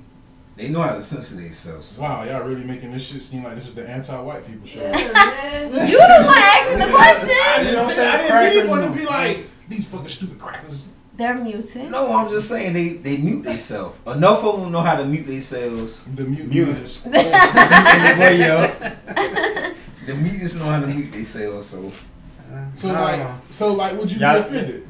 G: they know how to censor themselves.
K: Wow, y'all really making this shit seem like this is the anti-white people show.
E: You the one asking the question.
K: I didn't, say, I didn't mean for it to be
G: no.
K: like these fucking stupid crackers.
E: They're muted.
G: No, I'm just saying they they mute themselves. Enough of them know how to mute themselves.
K: The mute
G: mutants. The mutants know how to mute themselves. So
K: So like, so like, would you
I: Y'all-
K: be offended?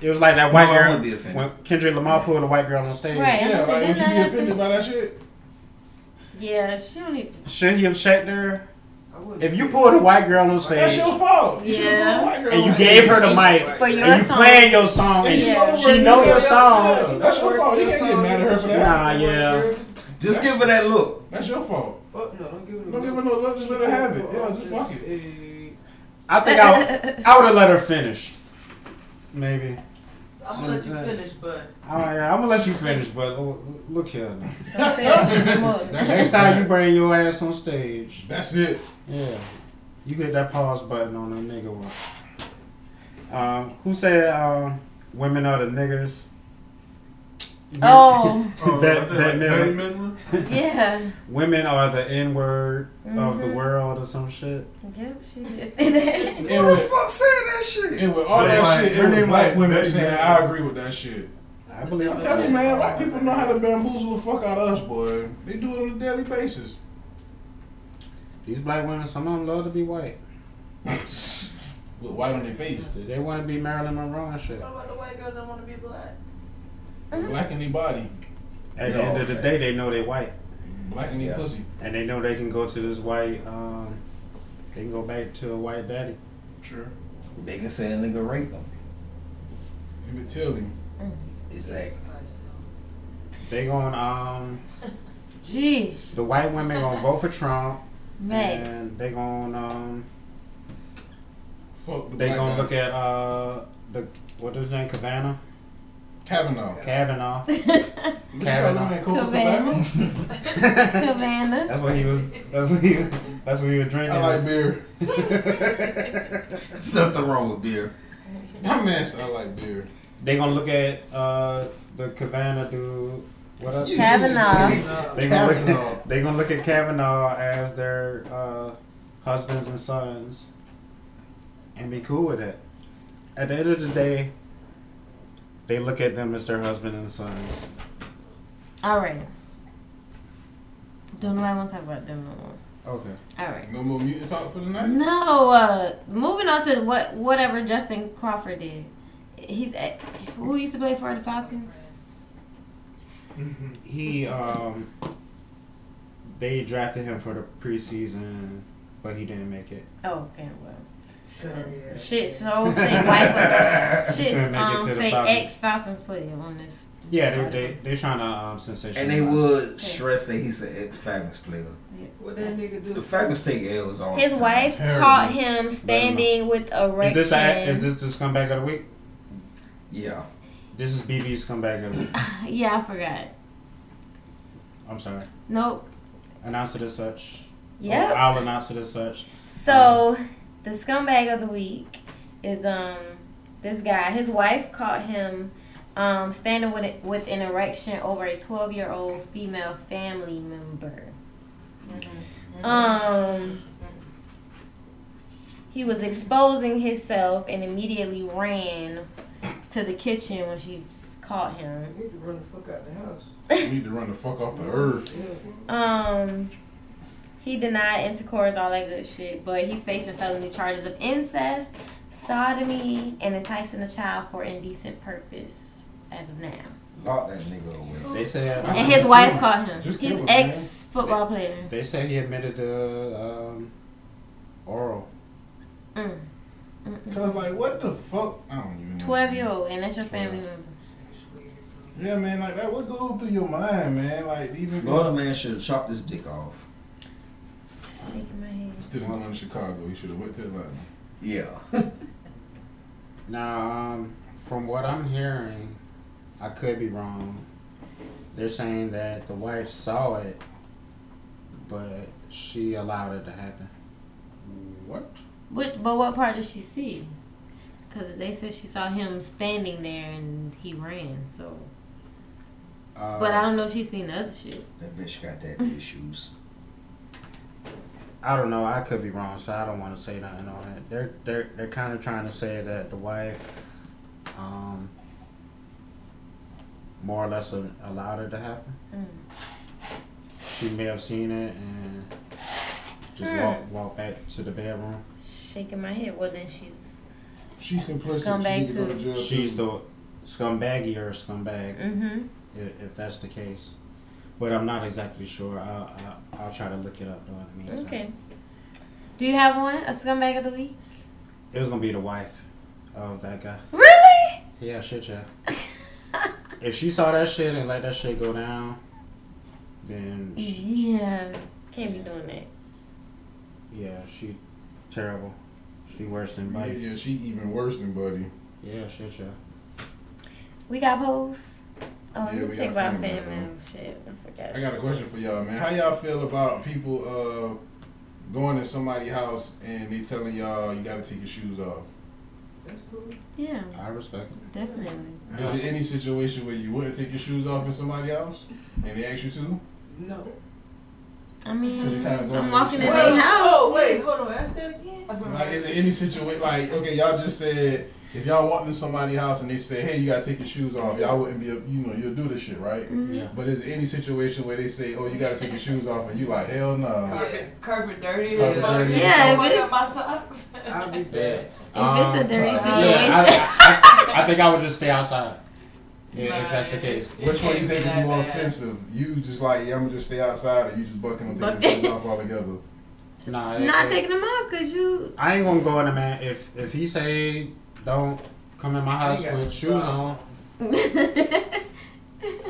I: it was like that white
G: No, I
I: girl
G: wouldn't be offended.
I: when Kendrick Lamar pulled a white girl on stage.
E: Right.
K: Yeah,
E: So
K: like,
E: then
K: would you
E: that
K: be offended
E: happened.
K: by that shit?
E: Yeah, she don't even.
I: Should he have checked her? If you pulled a white girl on
K: That's
I: stage
K: your fault. You should've
E: Yeah.
K: put a white girl
I: and you
K: on
I: gave her the
E: And
I: mic
E: for your
I: and you
E: song.
I: playing your song and
E: Yeah.
I: she, she know your song,
K: Yeah, that's your fault. You can't get mad at her for that.
I: nah, yeah.
G: just give her that look.
K: That's your fault.
C: Fuck no, don't give it
K: Don't give her no love. Just let her have it. Yeah, just fuck it.
I: I think I, I would have let her finish, maybe.
C: I'm gonna let you finish, but
I: All right, I'm gonna let you finish, but l- look here. now.
E: Don't say that shit no more.
I: Next time you bring your ass on stage,
K: That's it.
I: yeah, you hit that pause button on the nigga one. Um, who said um, women are the niggers?
E: Oh.
H: Oh,
I: that,
H: I
I: that
H: think
I: mirror.
H: like Batman
E: Yeah.
I: Women are the N word of
K: Mm-hmm.
I: the
E: Mhm.
I: world or some shit.
E: Yep, she just did that.
K: And
G: Who the
K: with,
G: fuck said that shit?
K: and with all
I: Her
K: that
I: name like-
K: shit, it
I: her
K: was
I: name
K: black
I: like
K: women
I: Betty
K: saying,
I: Boop.
K: I agree with that shit.
I: I believe
K: I'm telling you, man, black people know how to bamboozle the fuck out of us, boy. They do it on a daily basis.
I: These black women, some of them love to be white.
K: With white on their face.
I: They want to be Marilyn Monroe and shit.
C: what about the white girls that want to be black?
E: Mm-hmm.
K: Black in their body.
I: At the end of the day, they know they white,
K: Black in their
G: Yeah.
K: pussy.
I: and they know they can go to this white. Um, they can go back to a white daddy.
K: Sure.
G: They can say a nigga rape them.
K: You been telling
G: Exactly.
I: They going um
E: Jeez,
I: the white women gonna vote for Trump,
E: man.
I: and they gonna um
K: Fuck the
I: they
K: black
I: gonna
K: guy.
I: look at uh the what is his name Kavanaugh
K: Kavanaugh.
I: Kavanaugh
K: You call that
I: Kavanaugh.
K: man Coca
E: Cabana.
K: Cabana?
E: Havana.
I: That's what he was. That's what he. That's what he was drinking.
K: I like beer.
G: There's nothing wrong with beer.
K: My man said I like beer.
I: They gonna look at uh the Kavanaugh dude. What up?
E: Kavanaugh.
I: They gonna look
K: Kavanaugh.
I: at, they gonna look at Kavanaugh as their uh, husbands and sons, and be cool with it. At the end of the day, they look at them as their husband and sons.
E: All right. Don't nobody want to talk about them no more.
I: Okay.
E: All right.
K: No more mutant talk for the night?
E: No. Uh, moving on to what whatever Justin Crawford did. He's at, who used to play for the Falcons.
I: He um. They drafted him for the preseason, but he didn't make it.
E: Oh, okay. Well, shit. So say white. Falcons. Shit.
I: Make it
E: Um,
I: to the
E: say
I: Falcons.
E: ex Falcons player on this.
I: Yeah, they they they're trying to um sensationalize.
G: And they would stress that he's an ex Falcons player.
C: What that nigga do?
G: The Falcons take L's all
E: His
G: the time.
E: wife
I: Terrible.
E: caught him standing with erection.
I: Is this a, is this the scumbag of the week?
G: Yeah.
I: This is BB's comeback. of the week.
E: Yeah, I forgot.
I: I'm sorry.
E: Nope.
I: Announce it as such.
E: Yep.
I: Or I'll announce it as such.
E: So the scumbag of the week is um this guy. His wife caught him um standing with it, with an erection over a twelve year old female family member. Um. He was exposing himself and immediately ran to the kitchen when she s- caught him.
C: need to run the fuck out the house.
K: We need to run the fuck off the earth.
E: Um, he denied intercourse, all that good shit, but he's facing felony charges of incest, sodomy, and enticing a child for indecent purpose. As of now,
G: Lock that nigga away.
I: They said.
E: and his wife caught him. His ex football player.
I: They said he admitted to um, oral.
E: Mm.
K: Cause like, what the fuck? I don't even know.
E: Twelve year old, and that's your family member.
K: Yeah, man. Like that. What goes through your mind, man? Like even.
G: Florida man should have chopped his dick off.
E: Shaking my head.
K: Still didn't go to Chicago. He should have went to Atlanta.
G: Yeah.
I: Now, um, from what I'm hearing, I could be wrong. They're saying that the wife saw it, but she allowed it to happen.
K: What?
E: But but what part did she see? Because they said she saw him standing there and he ran. So,
I: Uh,
E: but I don't know if she's seen the other shit.
G: That bitch got that issues.
I: I don't know. I could be wrong, so I don't want to say nothing on it. They're they're they're kind of trying to say that the wife, um, more or less a- allowed it to happen.
E: Hmm.
I: She may have seen it and just
E: Hmm.
I: walk walk back to the bedroom.
E: Shaking my head. Well, then she's
K: She's complicit.
E: Scumbag
K: she need to go to
E: too.
K: jail
I: She's the scumbaggy or scumbag,
E: Mhm.
I: if, if that's the case. But I'm not exactly sure. I'll, I'll, I'll try to look it up though. In the meantime.
E: okay. Do you have one? A scumbag of the week?
I: It was gonna be the wife of that guy.
E: Really?
I: Yeah, shit, yeah. if she saw that shit and let that shit go down, then sh-
E: Yeah. Can't be doing that.
I: yeah, she terrible. She worse than
K: Yeah,
I: Buddy.
K: yeah, she even worse than Buddy.
I: Yeah, shit, yeah.
E: We got posts. Oh,
K: Yeah,
E: you
K: we
E: check
K: got
E: about
K: family
E: family.
K: mail.
E: and Shit, I forgot.
K: I got a question for y'all, man. How y'all feel about people uh, going to somebody's house and they telling y'all you gotta take your shoes off?
E: Yeah,
I: I respect it.
E: definitely.
K: Is there any situation where you wouldn't take your shoes off in somebody else and they ask you to?
C: No.
E: I mean,
K: Kinda going
E: I'm
K: to
E: walking in
K: the
E: their
K: shower.
E: house.
C: Oh wait, hold on. Ask that again.
K: Like, is there any situation like okay, y'all just said if y'all walked into somebody's house and they said, "Hey, you gotta take your shoes off," y'all wouldn't be, a, you know, you'll do this shit, right?
E: Mhm.
I: Yeah.
K: But is there any situation where they say, "Oh, you gotta take your shoes off," and you like, "Hell no."
C: Carpet, carpet dirty. as
K: Carpet
C: fuck.
K: dirty.
E: Yeah, if
C: Fuck up
E: it's-
C: my socks. I'll be
I: Yeah.
E: If it's a dirty
I: Um, Yeah, I, I, I think I would just stay outside. Yeah, if that's the case.
K: Which one you think is more offensive? You just like, yeah, I'm gonna just stay outside, or you just bucking them taking
E: Buck-
K: your shoes off altogether?
I: Nah, it-
E: Not
I: it-
E: taking them out because you.
I: I ain't gonna go in a man if if he say don't come in my house
C: got
I: with shoes on.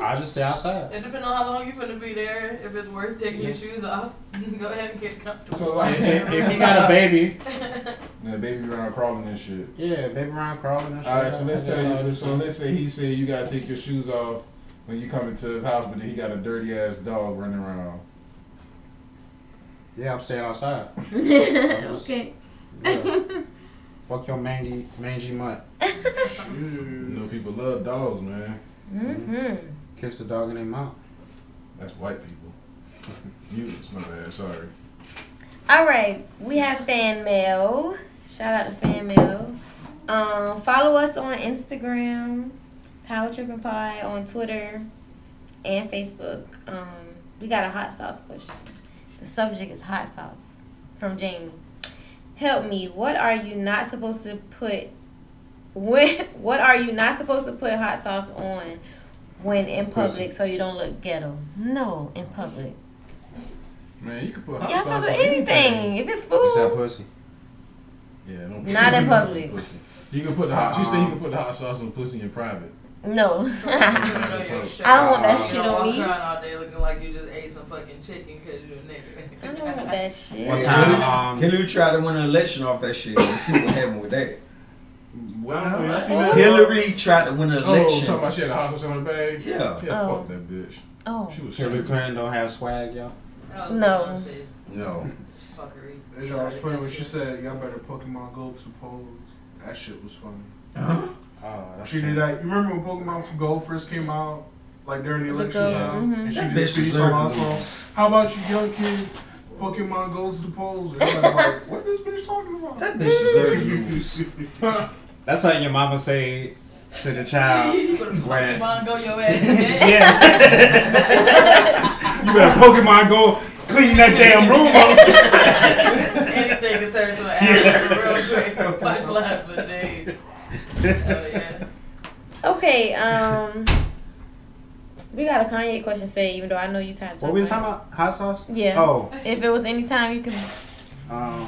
I: I just stay outside.
C: It depends on how long you're gonna be there. If it's worth taking your shoes off, go ahead and get comfortable.
K: So like,
I: If- if you got a baby,
K: yeah, baby around crawling and shit.
I: yeah, baby around crawling and shit.
K: All right, so let's
I: That's all
K: tell you.
I: this
K: So
I: is.
K: let's say he said you gotta take your shoes off when you come into his house, but then he got a dirty ass dog running around.
I: Yeah, I'm staying outside.
E: okay.
I: Yeah. Fuck your mangy mangy mutt.
K: You know, people love dogs, man.
E: hmm
I: Kiss the dog in their mouth.
K: That's white people. you, it's my bad. Sorry.
E: All right, we have fan mail. Shout out to fan mail. Um, follow us on Instagram, Power Trip and Pie on Twitter and Facebook. Um, we got a hot sauce question. The subject is hot sauce from Jamie. Help me. What are you not supposed to put? When, what are you not supposed to put hot sauce on when in public so you don't look ghetto? No, in public.
K: Man, you can put hot
E: Y'all
K: sauce
E: supposed to
K: on
E: put anything. If it's food.
I: Except pussy.
K: Yeah, don't put
E: Not in
K: hot sauce
E: public.
K: on pussy. You can put the hot. You say you can put the hot sauce on pussy in private.
E: No.
C: I
E: I don't want that shit
C: You don't
E: on
C: walk
E: me.
C: around all day looking like you just ate some fucking chicken because you're a nigga.
E: I don't want that shit.
I: One time, um,
G: Hillary tried to win an election off that shit. Let's see what happened with that.
K: What
N: I don't know.
K: now?
N: I seen that. Hillary tried to win an
K: Oh,
N: election.
K: talking about she had a hostage on her bag?
N: Yeah.
K: Yeah,
E: Oh.
K: fuck that bitch.
E: Oh.
K: She was
I: Hillary Clinton don't have swag, y'all.
E: No.
G: No.
C: Fuckery.
H: As y'all was playing when she said, y'all better Pokemon Go to polls. That shit was funny.
I: Oh, that's
H: She did that. You remember when Pokemon Go first came out? Like during the
O: The
H: election
O: Go,
H: time?
O: mhm.
H: And she
O: That
H: did
O: bitch
H: this
O: was
H: piece on our
O: learning
H: song. How about you young kids? Pokemon goes to polls. And everybody's like, what this bitch talking about?
I: That bitch deserves rules. That's how your mama say to the child when
C: Pokemon go your ass to bed.
I: yeah. you better Pokemon go clean that damn room up.
C: Anything can turn to an ass real quick. Punchlines for days.
E: Okay, um, we got a Kanye question. Say, even though I know you tired. of
I: What we was
E: talking
I: talking about? Hot sauce?
E: about- Yeah.
I: Oh.
E: If it was any time you could.
I: Um,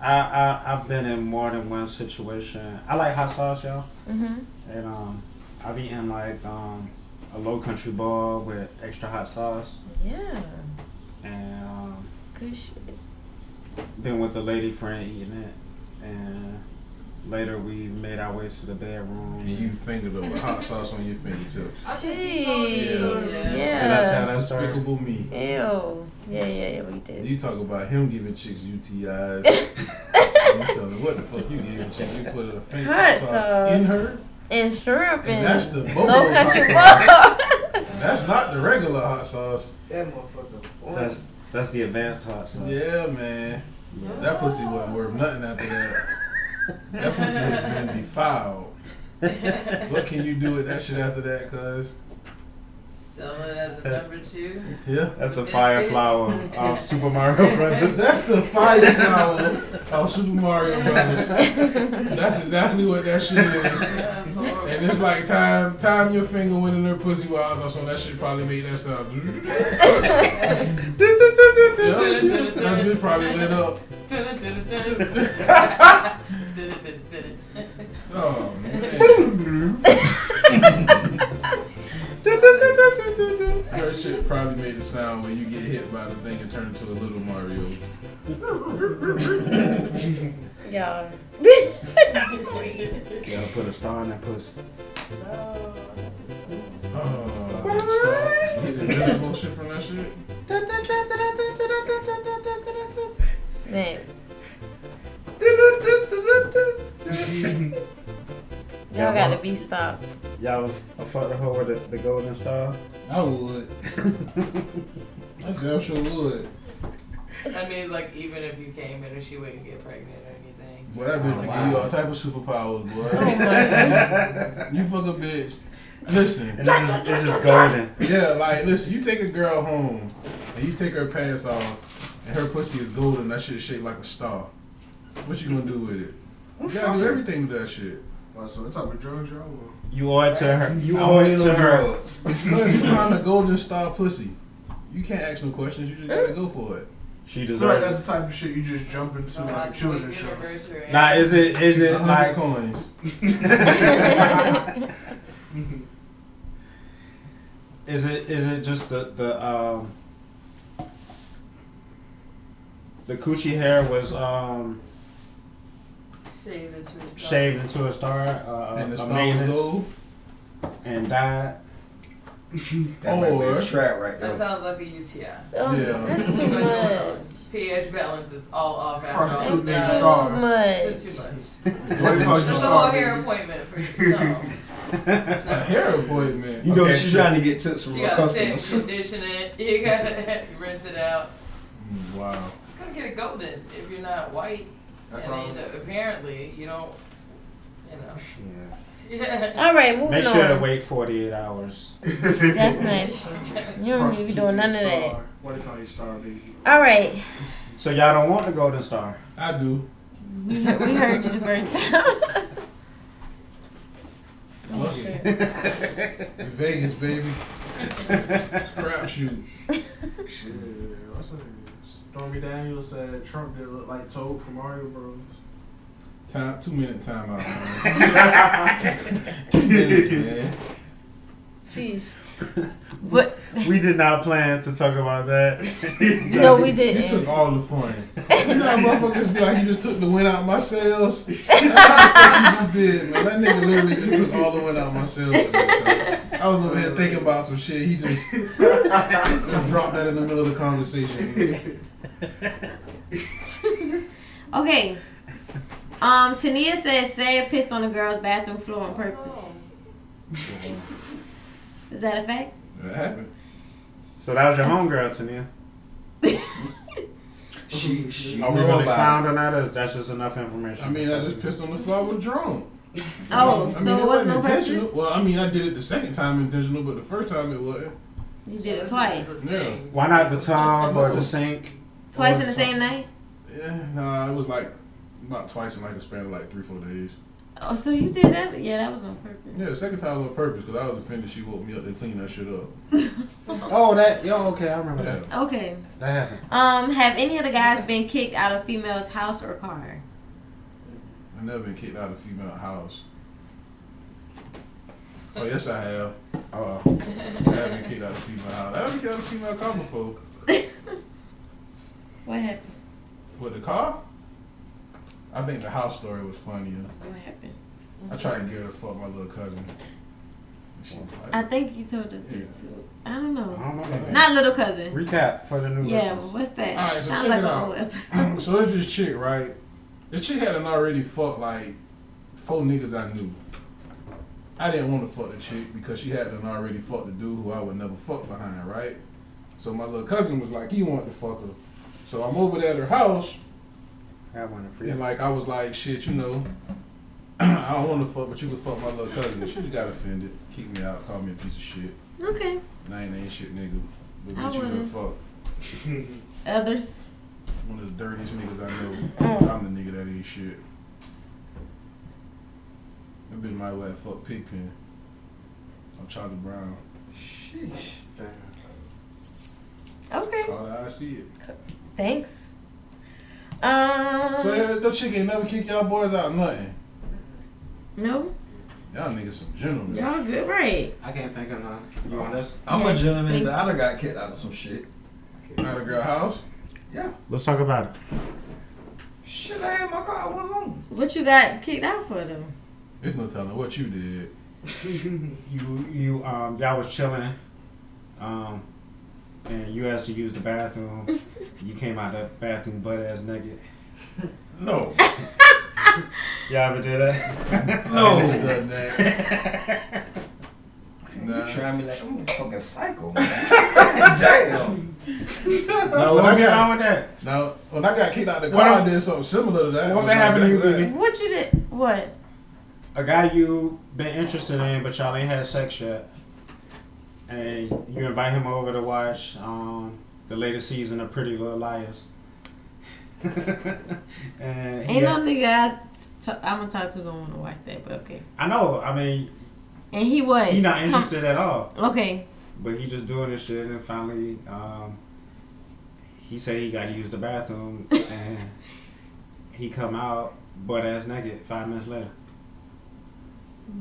I: I, I I've been in more than one situation. I like hot sauce, y'all,
E: Mhm.
I: and um, I've eaten like um a low country ball with extra hot sauce,
E: Yeah.
I: and um,
E: Good shit.
I: been with a lady friend eating it, and later we made our ways to the bedroom. And
K: you fingered her with hot sauce on your fingertips.
E: Jeez. Yeah.
I: And that's how that started.
K: Despicable me.
E: Ew. Yeah, yeah, yeah. We did.
K: You talk about him giving chicks UTIs. you tell her what the fuck you gave a chick. You put a finger
E: Hot
K: sauce,
E: sauce.
K: in her.
E: And shrimp and,
K: And that's the bobo
E: low country
K: hot
E: ball.
K: That's not the regular hot sauce.
G: That motherfucker.
I: That's that's the advanced hot sauce.
K: Yeah, man. That pussy wasn't worth nothing after that. that pussy was gonna be fouled. what can you do with that shit after that, cuz?
C: Sell it as a number two.
K: Yeah.
I: That's the
C: Biscuit.
I: fire flower of Super Mario Brothers.
K: That's the firepower of Super Mario Brothers. That's exactly what that shit is. And it's like time, time your finger went in her pussy while I was on, so that shit probably made that sound. Yep. That bitch probably lit up. Oh man. That shit probably made a sound when you get hit by the thing and turn into a little Mario.
E: Y'all.
I: Gotta put a star in that pussy.
K: Oh, get invisible shit from that shit.
E: Man. Y'all gotta be stopped.
I: Y'all was I fucked the hoe with the, the golden star.
K: I would. I damn sure would.
C: That means like even if you came in and she wouldn't get pregnant or anything.
K: Boy, that bitch give you all type of superpowers,
E: Oh
K: boy. you fuck a bitch. Listen,
I: it's just, it's just golden.
K: Yeah, like listen, you take a girl home and you take her pants off, and her pussy is golden. That shit shaped like a star. What you gonna do with it? You gotta do everything with that shit.
H: Wow, so what type of drugs y'all on?
I: You owe it to her. You
K: I
I: owe
K: want
I: it
K: no
I: to her.
K: drugs. Cause you find a golden star pussy. You can't ask no questions. You just gotta go for it.
I: She
H: I feel like
I: deserves.
H: that's the type of shit you just jump into like a children's show.
I: it. Now is it is it
K: hundred
I: like
K: coins.
I: is it is it just the the um the coochie hair was um
C: Shaved into a star.
I: shaved into a star uh,
K: And the
I: a
K: star was
I: maintenance,
K: gold?
I: and died.
K: Oh,
G: That might be
K: Or-
G: a trap right
C: That
G: there.
C: sounds like a UTI.
E: Oh,
K: Yeah.
E: That's too much.
C: pH balance is all off after all
H: Prostitute
C: this
H: named
C: time.
H: Star.
C: It's
E: Much.
C: too much.
H: That's
C: That's a whole hair appointment for you. No.
K: A hair appointment.
G: You know
I: Okay.
G: she's trying to get tips from
C: You
G: her
C: gotta sit,
G: customers.
C: condition it. You gotta rinse it out.
K: Mm, Wow.
C: You gotta get it golden if you're not white.
H: That's
C: and
H: all.
C: then the- apparently you don't. You know.
I: Yeah.
C: Yeah.
E: All right, moving
I: Make sure to
E: on.
I: wait 48 hours.
E: That's nice. You don't need to be doing none of that.
H: Star. What they call you Star Baby?
E: All right,
I: So y'all don't want the golden star.
K: I do.
E: we, we heard you the first time. oh,
K: Fuck
E: shit.
K: it. Vegas, baby. Crap shoot.
H: Shit. what's her name? Stormy Daniels said Trump didn't look like Toad from Mario Bros.
K: Time two minute timeout. man. two minutes, man.
E: Jeez. What?
I: We did not plan to talk about that.
E: No, we didn't.
K: You took all the fun.
O: You know how motherfuckers be like, you just took the wind out my sails? That's what you just did, man. That nigga literally just took all the wind out my sails. with that, dog. I was over here thinking about some shit. He just, just dropped that in the middle of the conversation.
E: Okay. Um, Tania says Saya pissed on the girl's bathroom floor on purpose. Is that a fact?
K: That happened.
I: So that was your homegirl, Tania.
N: She, she
I: Are we
N: know
I: gonna
N: about
I: expound on that? Or that's just enough information.
K: I mean, I just pissed on the floor with drunk.
E: Oh, so it was
K: wasn't
E: no
K: intentional.
E: purpose?
K: Well, I mean, I did it the second time intentional, but the first time it wasn't.
E: You did it twice.
K: Yeah.
I: Why not the tub or the sink?
E: Twice in the same night?
K: Yeah, nah, it was like about twice in like a span of like three, four days.
E: Oh, so you did that? Yeah, that was on purpose.
K: Yeah, the second time was on purpose because I was offended she woke me up to clean that shit up.
I: Oh, that yo, okay, I remember that.
E: Okay.
I: That happened.
E: Um, have any of the guys been kicked out of female's house or car?
K: I never been kicked out of female house. Oh yes, I have. Uh, I have been kicked out of female house. I have been kicked out of female car before.
E: What happened?
K: With the car, I think the house story was funnier.
E: What happened?
K: I tried to get her to fuck my little cousin. She was like,
E: I think you told us this too. I don't know.
K: I don't know.
E: Not little cousin.
I: Recap for the new
E: Yeah,
I: listeners.
E: what's that?
K: All right, so
E: Sounds
K: check
E: like
K: it
E: an
K: out.
E: old episode.
K: so it's this chick, right? This chick hadn't already fucked like four niggas I knew. I didn't want to fuck the chick because she hadn't already fucked the dude who I would never fuck behind, right? So my little cousin was like, he wanted to fuck her. So I'm over there at her house.
I: Have one for
K: And like I was like, shit, you know, I don't want to fuck, but you can fuck my little cousin. She just got offended, kicked me out, called me a piece of shit.
E: Okay.
K: And I ain't ain't shit nigga, but
E: I
K: bitch, you done
E: wouldn't.
K: fuck.
E: Others.
K: One of the dirtiest niggas I know. I'm the nigga that ain't shit. That bitch might well fuck Pigpen. I'm Charlie Brown.
N: Sheesh.
E: Okay.
K: All that I see it.
E: Thanks. Um.
K: So yeah, no chick ain't never kick y'all boys out nothing.
E: No.
K: Y'all niggas some gentlemen.
E: Y'all good, right?
I: I can't think of none.
G: You want this? I'm a gentleman, but I done got kicked out of some shit.
K: Out of girl house?
G: Yeah.
I: Let's talk about it.
G: Shit, I had my car. I went home.
E: What you got kicked out for though?
K: There's no telling what you did.
I: you you um y'all was chilling, um, and you asked to use the bathroom. you came out that bathroom butt ass naked.
K: No.
I: y'all ever did that?
G: No.
K: Nah.
G: You trying me like I'm a fucking psycho, man. Damn.
K: Now when
I: What
K: I
I: be wrong
K: got
I: with that?
K: now when I got kicked out the
I: What
K: car, I
I: if-
K: did something similar to that.
I: what if
K: But
I: that happened to you,
K: after that-
I: BB?
E: What you did? What?
I: A guy you been interested in, but y'all ain't had sex yet, and you invite him over to watch um the latest season of Pretty Little Liars. and he
E: Ain't
I: got-
E: no nigga I t- I'm gonna talk to don't want to watch that, but okay.
I: I know. I mean,
E: And he what?
I: he not
E: Huh.
I: interested at all.
E: Okay.
I: But he just doing this shit, and finally, um, he said he got to use the bathroom, and he come out butt ass naked five minutes later.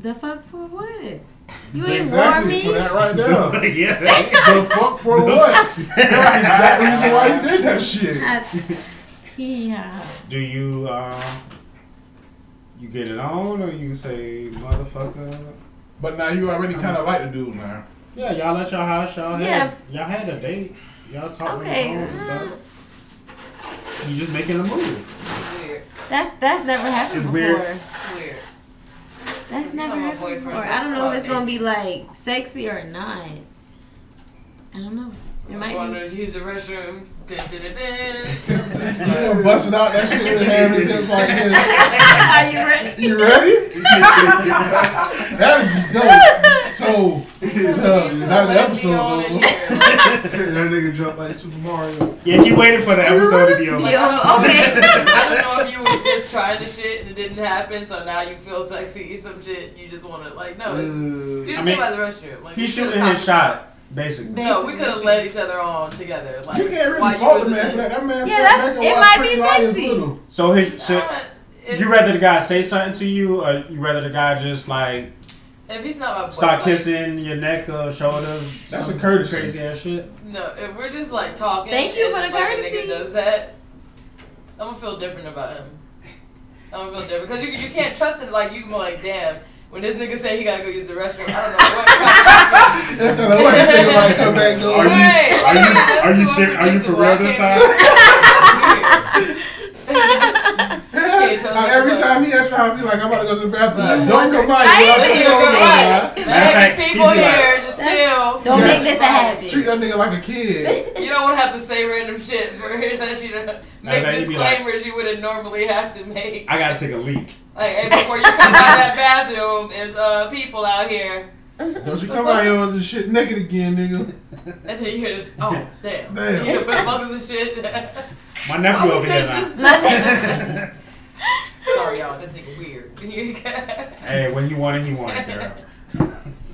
E: The fuck for what? You ain't warn
K: Exactly
E: me.
K: for that right there.
I: yeah.
K: the fuck for what? That's the exact reason why he did that shit.
E: I- yeah.
I: Do you um, you get it on, or you say motherfucker?
K: But now you already kind of like the dude now.
I: Yeah, y'all at your house, y'all
E: Yeah.
I: had y'all had a date, y'all talking
E: Okay.
I: on the phone and stuff. You just making a move.
C: Weird.
E: That's that's never happened
I: It's
E: before.
I: weird.
C: Weird.
E: That's never
C: know my
E: happened
C: boyfriend
E: before. I don't know if it's
C: fucking-
E: gonna be like sexy or not. I don't know. It
C: I'm
E: might
C: going
E: be.
C: to use the restroom. Dun, dun, dun,
K: You
C: dun.
K: know, busting out that shit in the hand and just like this.
E: Are you ready?
K: You ready? That'd be dope. So, uh, now the episode's over.
H: that nigga jumped like Super Mario.
I: Yeah, he waited for the episode to be over.
E: Yo, okay.
C: I don't know if you were just trying the shit and it didn't happen, so now you feel sexy, some shit. You just want to, like, no, it's,
K: Mm.
C: you just
I: I mean,
C: go by the restroom. Like,
I: He
C: we
I: shooting
C: could've
I: his
C: talked-
I: shot, basically.
C: No, we could have led each other on together. Like,
K: You can't
C: while
K: really
C: you
K: fault
C: was
K: the man for
C: in-
K: that. That man
E: Yeah,
K: sat
E: that's-
K: back and
E: it
K: watched
E: might be
K: Pretty Liars
E: sexy.
K: Little.
I: So his shit.
C: Uh, it-
I: You rather the guy say something to you, or you rather the guy just like
C: If he's not my boy,
I: Start
C: like,
I: kissing your neck or shoulder.
H: That's
I: some
H: a courtesy.
I: Crazy ass shit.
C: No, if we're just like talking.
E: Thank you
C: and,
E: for the
C: like, a
E: courtesy.
C: Nigga does that. I'm gonna feel different about him. I'm gonna feel different because you you can't trust it. Like you can be like, damn. When this nigga say he gotta go use the restroom, I don't know what.
K: That's how the white nigga like come back
C: Are
K: door.
C: you- Right. are you-
K: are you sick? Are you for real this time?
P: every time
K: he at your house, he like, I'm about to go to the bathroom.
P: Like, don't come by. I
C: people here, just chill.
E: Don't make this a habit.
K: Treat that nigga like a kid.
C: You don't want to have to say random shit for that you don't make
I: that you be like-
C: disclaimers you wouldn't normally have to make.
I: I gotta take a leak.
C: Like, hey, before you come out that bathroom, is uh people out here.
K: Don't you come out here on this shit naked again, nigga.
C: And then you hear this, oh, damn.
K: Damn.
C: You hear motherfuckers and shit.
I: My nephew
E: Oh,
C: I
I: over here
C: was
I: now.
C: just- Sorry, y'all, this nigga weird. You got-
I: Hey, when he wanted, he wanted, girl.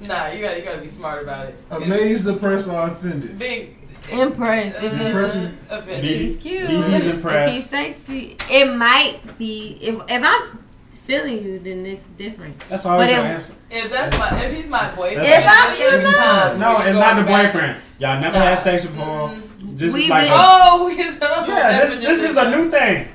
C: nah, you gotta, you gotta be smart about it.
K: Amazed, depressed, or offended.
C: Being uh,
E: Impressed. If it's-
K: Impressive.
E: if
C: offended.
E: he's cute,
K: Baby's
E: if
K: impressed.
E: he's sexy, it might be. If, if I'm feeling you, then it's different.
I: That's always
E: But
I: your
E: it-
I: answer.
C: If that's my, if he's my boyfriend,
I: If
C: there's gonna
E: I'm
C: be
E: your love.
C: times
I: No,
C: where you
I: it's
C: go
I: not
C: out
I: the
C: the bathroom.
I: boyfriend. Y'all never had sex before.
E: Mm-hmm.
I: This
C: We've
I: is like
C: been-
I: a-
C: oh, he's a
I: yeah, this, this is a new thing.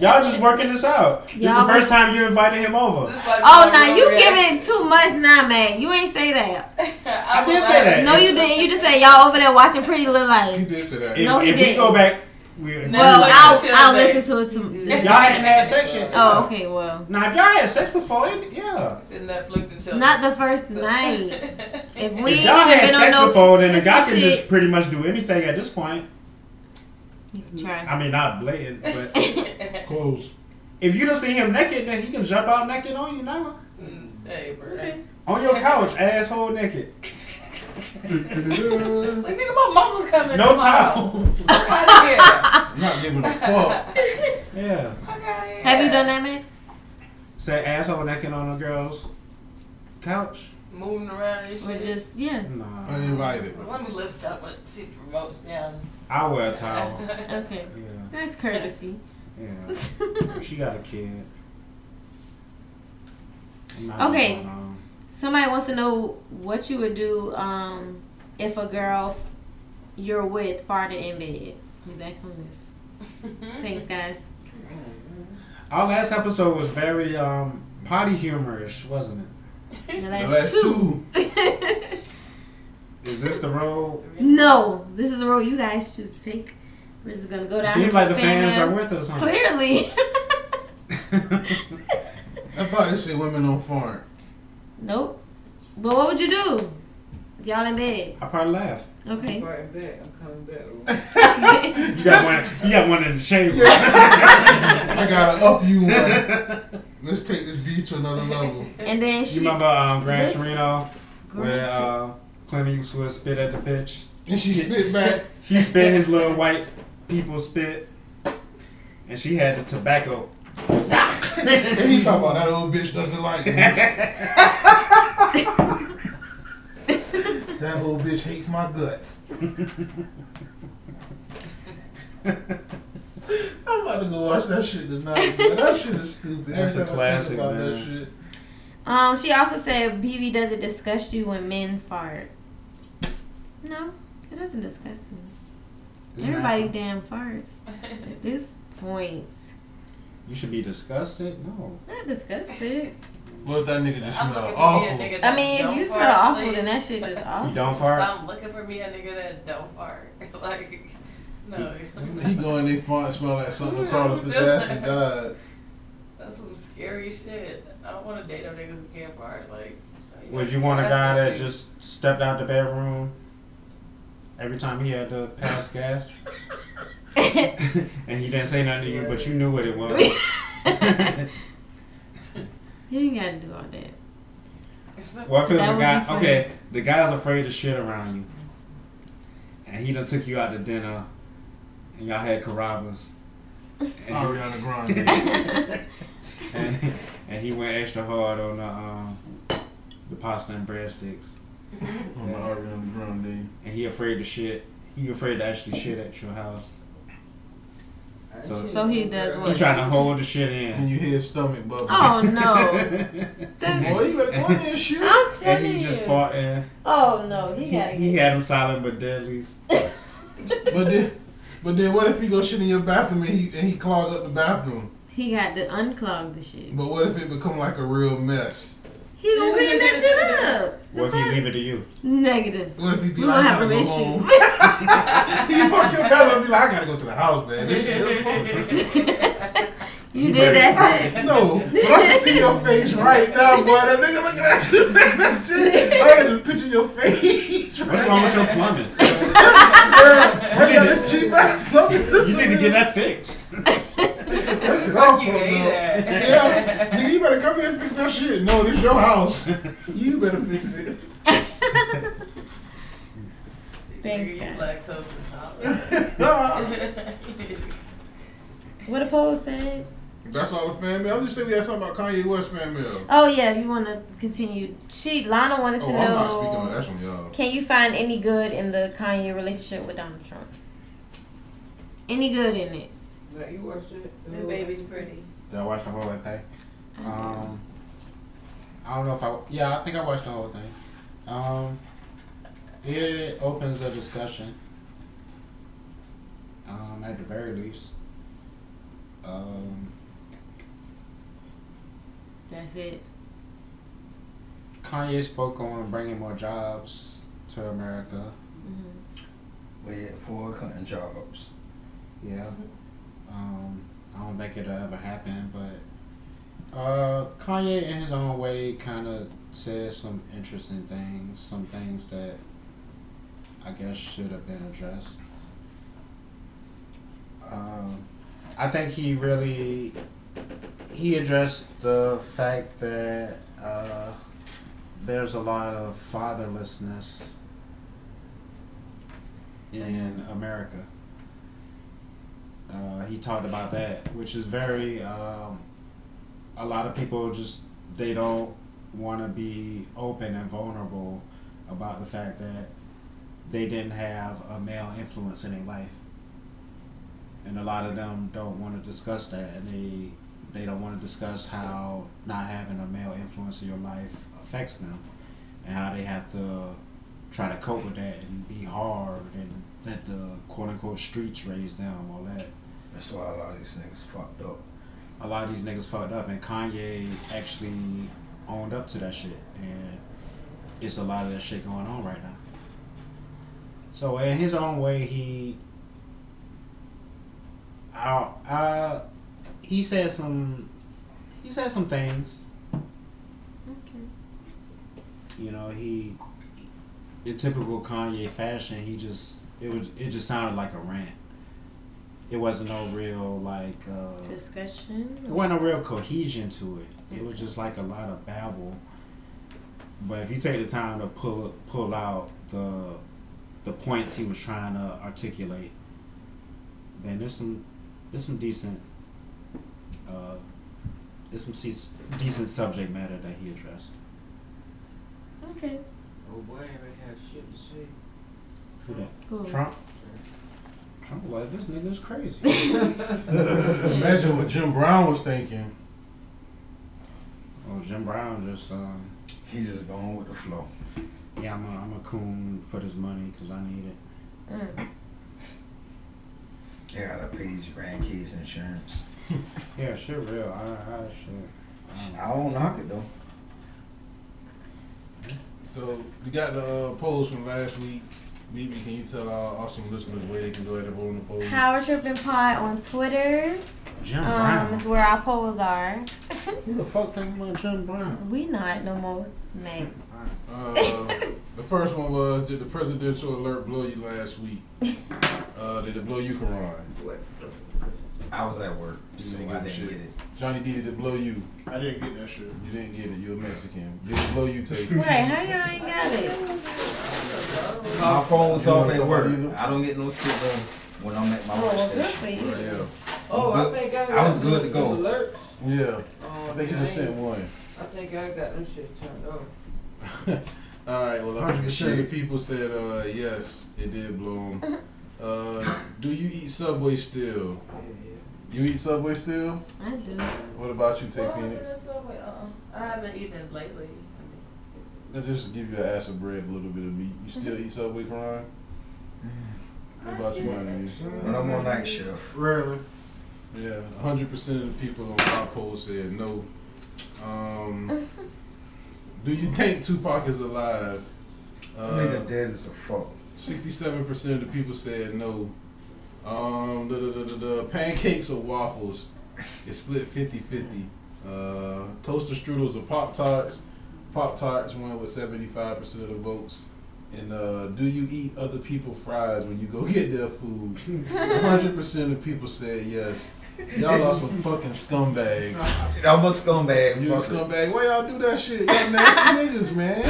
I: Y'all just working this out. This is the
E: Y'all-
I: first time you invited him over.
E: Oh, now you giving too much, nah, man. You ain't say that.
I: I did say that.
E: No, you didn't. You just said y'all over there watching Pretty Little Lies.
I: If,
E: No, he
I: if we
E: didn't.
I: go back, we
E: Well, I'll,
C: until
E: I'll
C: they-
E: listen to it. To,
I: Y'all hadn't had sex yet.
E: Oh, okay. Well,
I: Now, if y'all had sex before, it, yeah.
C: It's in Netflix and chill.
E: not the first night. If we
I: if
E: ain't
I: y'all
E: even
I: had
E: been on
I: sex
E: no
I: before, then the guy
E: pussy
I: can
E: shit,
I: just pretty much do anything at this point.
E: you can try.
I: I mean, not blatant, but close. If you don't see him naked, then he can jump out naked on you now.
C: Hey, bro.
I: On your couch, asshole naked.
C: It's like, nigga, my mama's coming.
I: No
C: tomorrow.
I: towel.
C: I'm outta
K: Not giving a fuck.
I: Yeah.
C: here.
E: Have you done that, man?
I: Say asshole naked on a girl's couch.
C: Moving around and
E: Or
C: shit.
E: just yeah?
I: Nah.
K: Uninvited.
C: Let me lift up and see the remotes down.
I: I wear a towel.
E: Okay,
I: Yeah.
E: that's courtesy.
I: Yeah. she got a kid. I'm not um,
E: Okay.
I: going on.
E: Somebody wants to know what you would do um, if a girl you're with farted in bed. We back on this. Thanks, guys.
I: Our last episode was very um, potty humorish, wasn't it?
E: The
K: The
E: last,
K: last
E: two.
K: two.
I: Is this the road?
E: No, this is the road you guys should take. We're just gonna go down. here
I: Seems like
E: for
I: the fans
E: mail.
I: are with us, huh?
E: Clearly.
K: I thought this shit women on farm.
E: nope. But what would you do? If y'all in bed.
I: I probably laugh.
E: Okay.
C: Right back. I'm coming back.
I: You got one. You got one in the chamber.
K: I gotta up you one. Let's take this beat to another level.
E: And then
I: You
E: she.
I: remember um, Gran
E: This-
I: Torino, where
E: Gran
I: uh, Clint Eastwood spit at the pitch?
K: And she spit back.
I: He spit his little white people spit, and she had the tobacco.
K: And he's talking about that old bitch doesn't like me. that old bitch hates my guts. I'm about to go watch that shit tonight. Man. That shit is stupid.
I: That's a
K: Every time I
I: classic,
K: think about
I: man.
K: That shit.
E: Um. She also said, "BB, does it disgust you when men fart?" No, it doesn't disgust me. Everybody damn farts at this point.
I: You should be disgusted. No.
E: Not disgusted.
K: What if that nigga just
C: I'm
K: smell
C: looking for
K: awful?
C: me a nigga that
E: I mean,
C: don't
E: if you smell
C: fart,
E: awful,
C: please.
E: then that shit just
I: You
E: awful.
I: don't fart.
C: I'm looking for me a nigga that don't fart. like, no.
K: He go in there fart, smell like something, crawl up his ass and died.
C: That's some scary shit. I don't want to date a nigga who can't fart. Like,
I: Would you want a
C: that's
I: guy
C: the
I: that
C: shit.
I: just stepped out the bedroom every time he had to pass gas, and he didn't say nothing to you, but you knew what it was?
E: you ain't gotta do all that.
I: What if it was
E: That
I: a
E: would
I: guy?
E: be funny.
I: Okay, the guy's afraid to shit around you, and he done took you out to dinner, and y'all had carabas, and,
K: Ariana Grande.
I: and, and he went extra hard on the um, the pasta and breadsticks,
K: On Oh, my Ariana Grande.
I: and he afraid to shit. He afraid to actually shit at your house. So,
E: So he does what?
I: He trying to hold the shit in. And
K: you hear his stomach bubble.
E: Oh no. That's
K: Boy, you better go in there and shoot.
E: I'm telling
I: And he just
E: you.
I: fought in.
E: Oh no, he
I: He,
E: got it.
I: he had him silent but deadly.
K: But then, but then, what if he go shit in your bathroom and he and he clog up the bathroom?
E: He got to unclog the shit.
K: But what if it become like a real mess?
E: He gonna clean that shit up.
I: What if he leave it to you?
E: Negative.
K: What if he be
E: We
K: like,
E: gonna
K: I
E: have an
K: gotta go
E: issue.
K: home? he fuck your brother and be like, I gotta go to the house, man. This shit is
E: You did that shit.
K: No, but I can see your face right now, boy. That nigga looking at you saying that shit. I can just picture your face.
I: What's wrong with your plumbing?
K: Girl, you got this cheap ass plumbing system.
I: You need to get that fixed.
K: That shit awful, though. Yeah, nigga, you better come here and fix that shit. No, this your house. You better fix it.
E: Thanks,
C: Nigga, you
E: guys.
C: lactose intolerant.
E: What a poll said.
K: That's all the fan mail. I just say we had something about Kanye West fan mail.
E: Oh yeah, if you want to continue. She Lana wanted to
K: Oh, I'm
E: know.
K: not speaking on that. That's from y'all.
E: Can you find any good in the Kanye relationship with Donald Trump? Any good in it?
C: Like, you watched it?
Q: The baby's pretty.
I: Did I watch the whole thing? Um, I don't know if I. Yeah, I think I watched the whole thing. Um, it opens a discussion. Um, at the very least. Um,
E: That's it.
I: Kanye spoke on bringing more jobs to America.
E: Mm-hmm.
G: We had four cutting jobs.
I: Yeah. Um, I don't think it'll ever happen, but uh, Kanye, in his own way, kind of says some interesting things, some things that I guess should have been addressed. Um, I think he really he addressed the fact that uh, there's a lot of fatherlessness in America. Uh, he talked about that, which is very. Um, a lot of people just they don't want to be open and vulnerable about the fact that they didn't have a male influence in their life, and a lot of them don't want to discuss that, and they they don't want to discuss how not having a male influence in your life affects them, and how they have to try to cope with that and be hard and let the quote unquote streets raise them all that.
G: That's why a lot of these niggas fucked up.
I: a lot of these niggas fucked up, and Kanye actually owned up to that shit, and it's a lot of that shit going on right now. So in his own way, he, I, I, he said some, he said some things. You know, he, in typical Kanye fashion, he just it was it just sounded like a rant. It wasn't no real like. Uh,
E: Discussion.
I: it wasn't a real cohesion to it. It was just like a lot of babble. But if you take the time to pull pull out the the points he was trying to articulate, then there's some there's some decent uh, there's some se- decent subject matter that he addressed.
E: Okay.
C: Oh boy, I ain't really have shit to say.
I: Who that?
E: Who?
I: Trump. Trump was like this nigga's crazy.
K: Imagine what Jim Brown was thinking.
I: Oh, Jim Brown just um,
G: He just going with the flow.
I: yeah, I'm a, I'm a coon for this money because I need it.
E: Mm.
G: They gotta pay these grandkids insurance.
I: Yeah, shit, real. I, I shit.
G: I don't knock it though.
K: So we got the uh, polls from last week. BB, can you tell our awesome listeners where they can go ahead and vote on the polls?
E: Power Tripping Pod on Twitter.
I: Jim
E: Um, is where our polls are.
I: Who the fuck think about Jim Brown?
E: We not no more, man.
K: Uh, the first one was Did the presidential alert blow you last week? Uh, did it blow you, Karan?
G: I was at work,
K: You
G: so
K: didn't
G: I
K: get the
G: didn't
K: shit.
G: get it.
K: Johnny D, did it blow you?
G: I didn't get that shit.
K: You didn't get it. You're a Mexican. Did it blow you, Tay?
E: Right? How y'all ain't got it?
G: My phone was
K: You
G: off
K: don't
G: at
K: know
G: work.
K: either?
G: I don't get no signal when I'm at my
E: Oh, well, good for
G: workstation.
E: you.
C: Oh, I
G: But
C: think I got
G: I was good to go.
C: them Alerts.
K: Yeah.
C: Oh,
K: I think you just
C: dang.
K: sent one.
C: I think I got them shit turned over.
K: All right. Well, 100 percent of the people said uh, yes, it did blow 'em. Uh, do you eat Subway still?
C: Yeah, yeah.
K: You eat Subway still?
C: I do.
K: What about you, Tay
C: Well, I
K: Phoenix?
C: do this subway, uh-uh. I haven't eaten lately.
K: Let's just give you an ass of bread, a little bit of meat. You still eat Subway, Ron? What about you, Ronnie?
G: When I'm on night shift.
K: Rarely. Yeah, 100% of the people on my poll said no. Um, do you think Tupac is alive? Uh,
G: nigga dead as a fuck.
K: 67% of the people said no. Um, the, the, the, the pancakes or waffles? It's split 50 50. Uh, toaster strudels or Pop Tarts? Pop Tarts won with 75% of the votes. And uh, do you eat other people's fries when you go get their food? 100% of people said yes. Y'all are some fucking scumbags.
G: I'm a scumbag.
K: You a
G: fuck it.
K: scumbag. Why y'all do that shit? Y'all nasty niggas, man.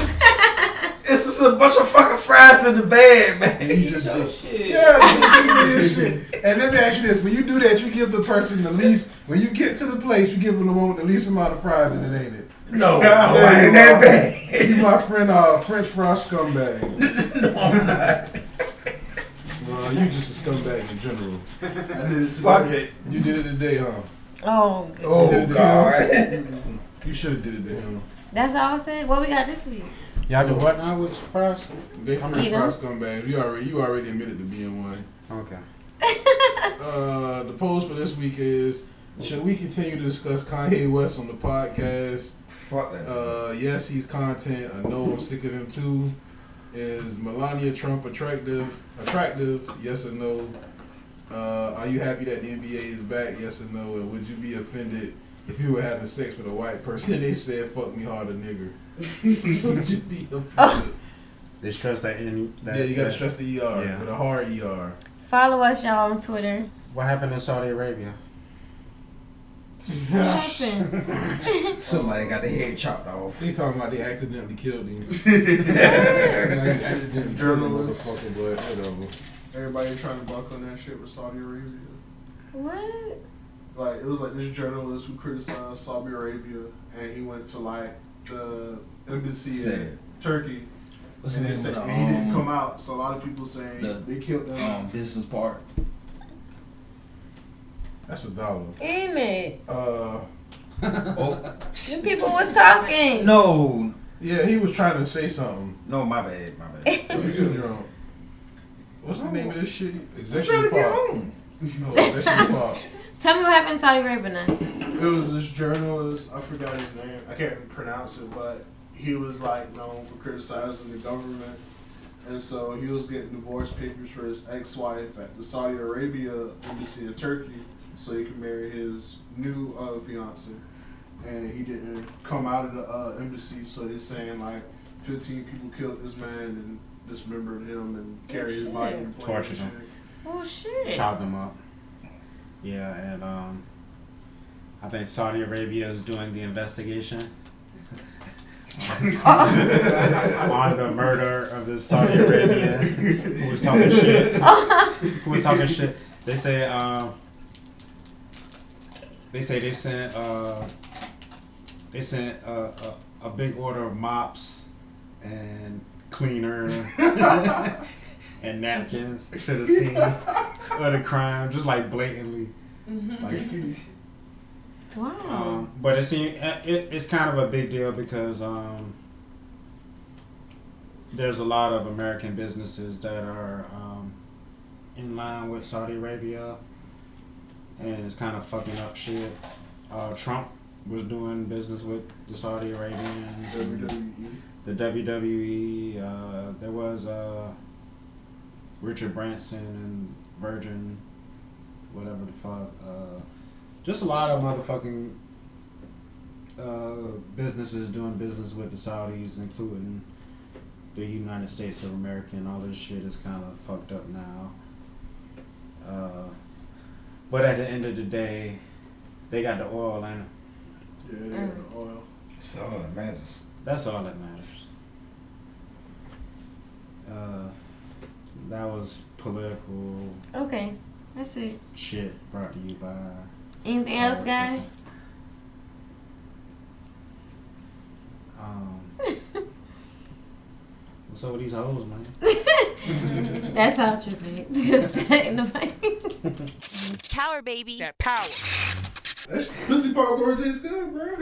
G: It's just a bunch of fucking fries in the bag, man.
K: You just did.
C: Oh, Shit.
K: Yeah, you do this shit. And let me ask you this: When you do that, you give the person the least. When you get to the place, you give them the, one, the least amount of fries in it, ain't it?
G: No,
K: There
G: no, I
K: you
G: ain't that
K: are.
G: bad.
K: You my friend, uh, French fry scumbag. no, I'm not. Well, you just a scumbag in general. I did it
G: Fuck
K: today. You did it today, huh?
E: Oh,
G: Oh,
K: You did it today,
G: God.
K: huh? you should have did it today, huh?
E: that's all I said. What we got this week?
I: Y'all do what now with fries?
K: They French
E: Eat 'em.
K: fry scumbags. You already you already admitted to being one.
I: Okay.
K: Uh, the polls for this week is: Should we continue to discuss Kanye West on the podcast?
G: Fuck that.
K: Uh, yes, he's content. I know I'm sick of him too. Is Melania Trump attractive? Attractive? Yes or no? Uh, are you happy that the NBA is back? Yes or no? And would you be offended if you were having sex with a white person and they said "fuck me harder, nigger"? would you be offended?
I: They stress that in that.
K: yeah, you gotta
I: that-
K: stress the ER
I: Yeah.
K: with a hard ER.
E: Follow us, y'all, on Twitter.
I: What happened in Saudi Arabia?
E: What happened?
G: Somebody got their head chopped off.
K: They talking about they accidentally killed him. Like, accidentally killed the
H: Journalist.
K: motherfucker, but whatever.
H: Everybody trying to buck on that shit with Saudi Arabia.
E: what?
H: Like it was like this journalist who criticized Saudi Arabia, and he went to like the embassy in
G: Said.
H: Turkey,
G: What's
H: and
G: the
H: they
G: name
H: said
G: of
H: and
G: the,
H: he didn't
G: um,
H: come out. So a lot of people saying
G: the-
H: they killed him.
G: Um, business part.
K: That's a dollar.
E: Damn it.
K: Uh,
G: Oh
E: You people was talking.
G: no,
K: yeah, he was trying to say something.
G: no, my bad, my bad.
K: You too drunk. What's the name of this shit?
G: I'm trying to
K: Executive
G: get
K: Pop.
G: home.
K: No, Executive Pop.
E: Tell me what happened in Saudi Arabia now.
H: It was this journalist, I forgot his name, I can't pronounce it, but he was like known for criticizing the government. And so he was getting divorce papers for his ex wife at the Saudi Arabia embassy in Turkey so he could marry his new uh, fiance. And he didn't come out of the uh, embassy, so they're saying like 15 people killed this man and dismembered him and carried his body and
I: Tortured him.
E: Oh, shit.
I: Chop them up. Yeah, and um, I think Saudi Arabia is doing the investigation on the murder of this Saudi Arabian who was talking shit. who was talking shit. They say um, they say they sent uh, they sent uh, a, a big order of mops and cleaner and napkins to the scene of the crime, just like blatantly. Like,
E: Wow.
I: um, but it's it, it's kind of a big deal because um, there's a lot of American businesses that are um, in line with Saudi Arabia, and it's kind of fucking up shit. Uh, Trump was doing business with the Saudi Arabians, and
H: WWE.
I: the WWE. Uh, there was uh, Richard Branson and Virgin, whatever the fuck. Uh, just a lot of motherfucking uh, businesses doing business with the Saudis, including the United States of America, and all this shit is kind of fucked up now. Uh, but at the end of the day, they got the oil, and
H: Yeah, they got the oil.
G: It's all that matters.
I: that's all that matters. Uh, that was political
E: Okay. That's it.
I: shit brought to you by.
E: Anything else, guys?
I: Um, what's up with these hoes, man?
E: That's how tripping. Because that ain't nobody.
R: power, baby.
S: That power.
C: Pussy popcorn tastes good, bro.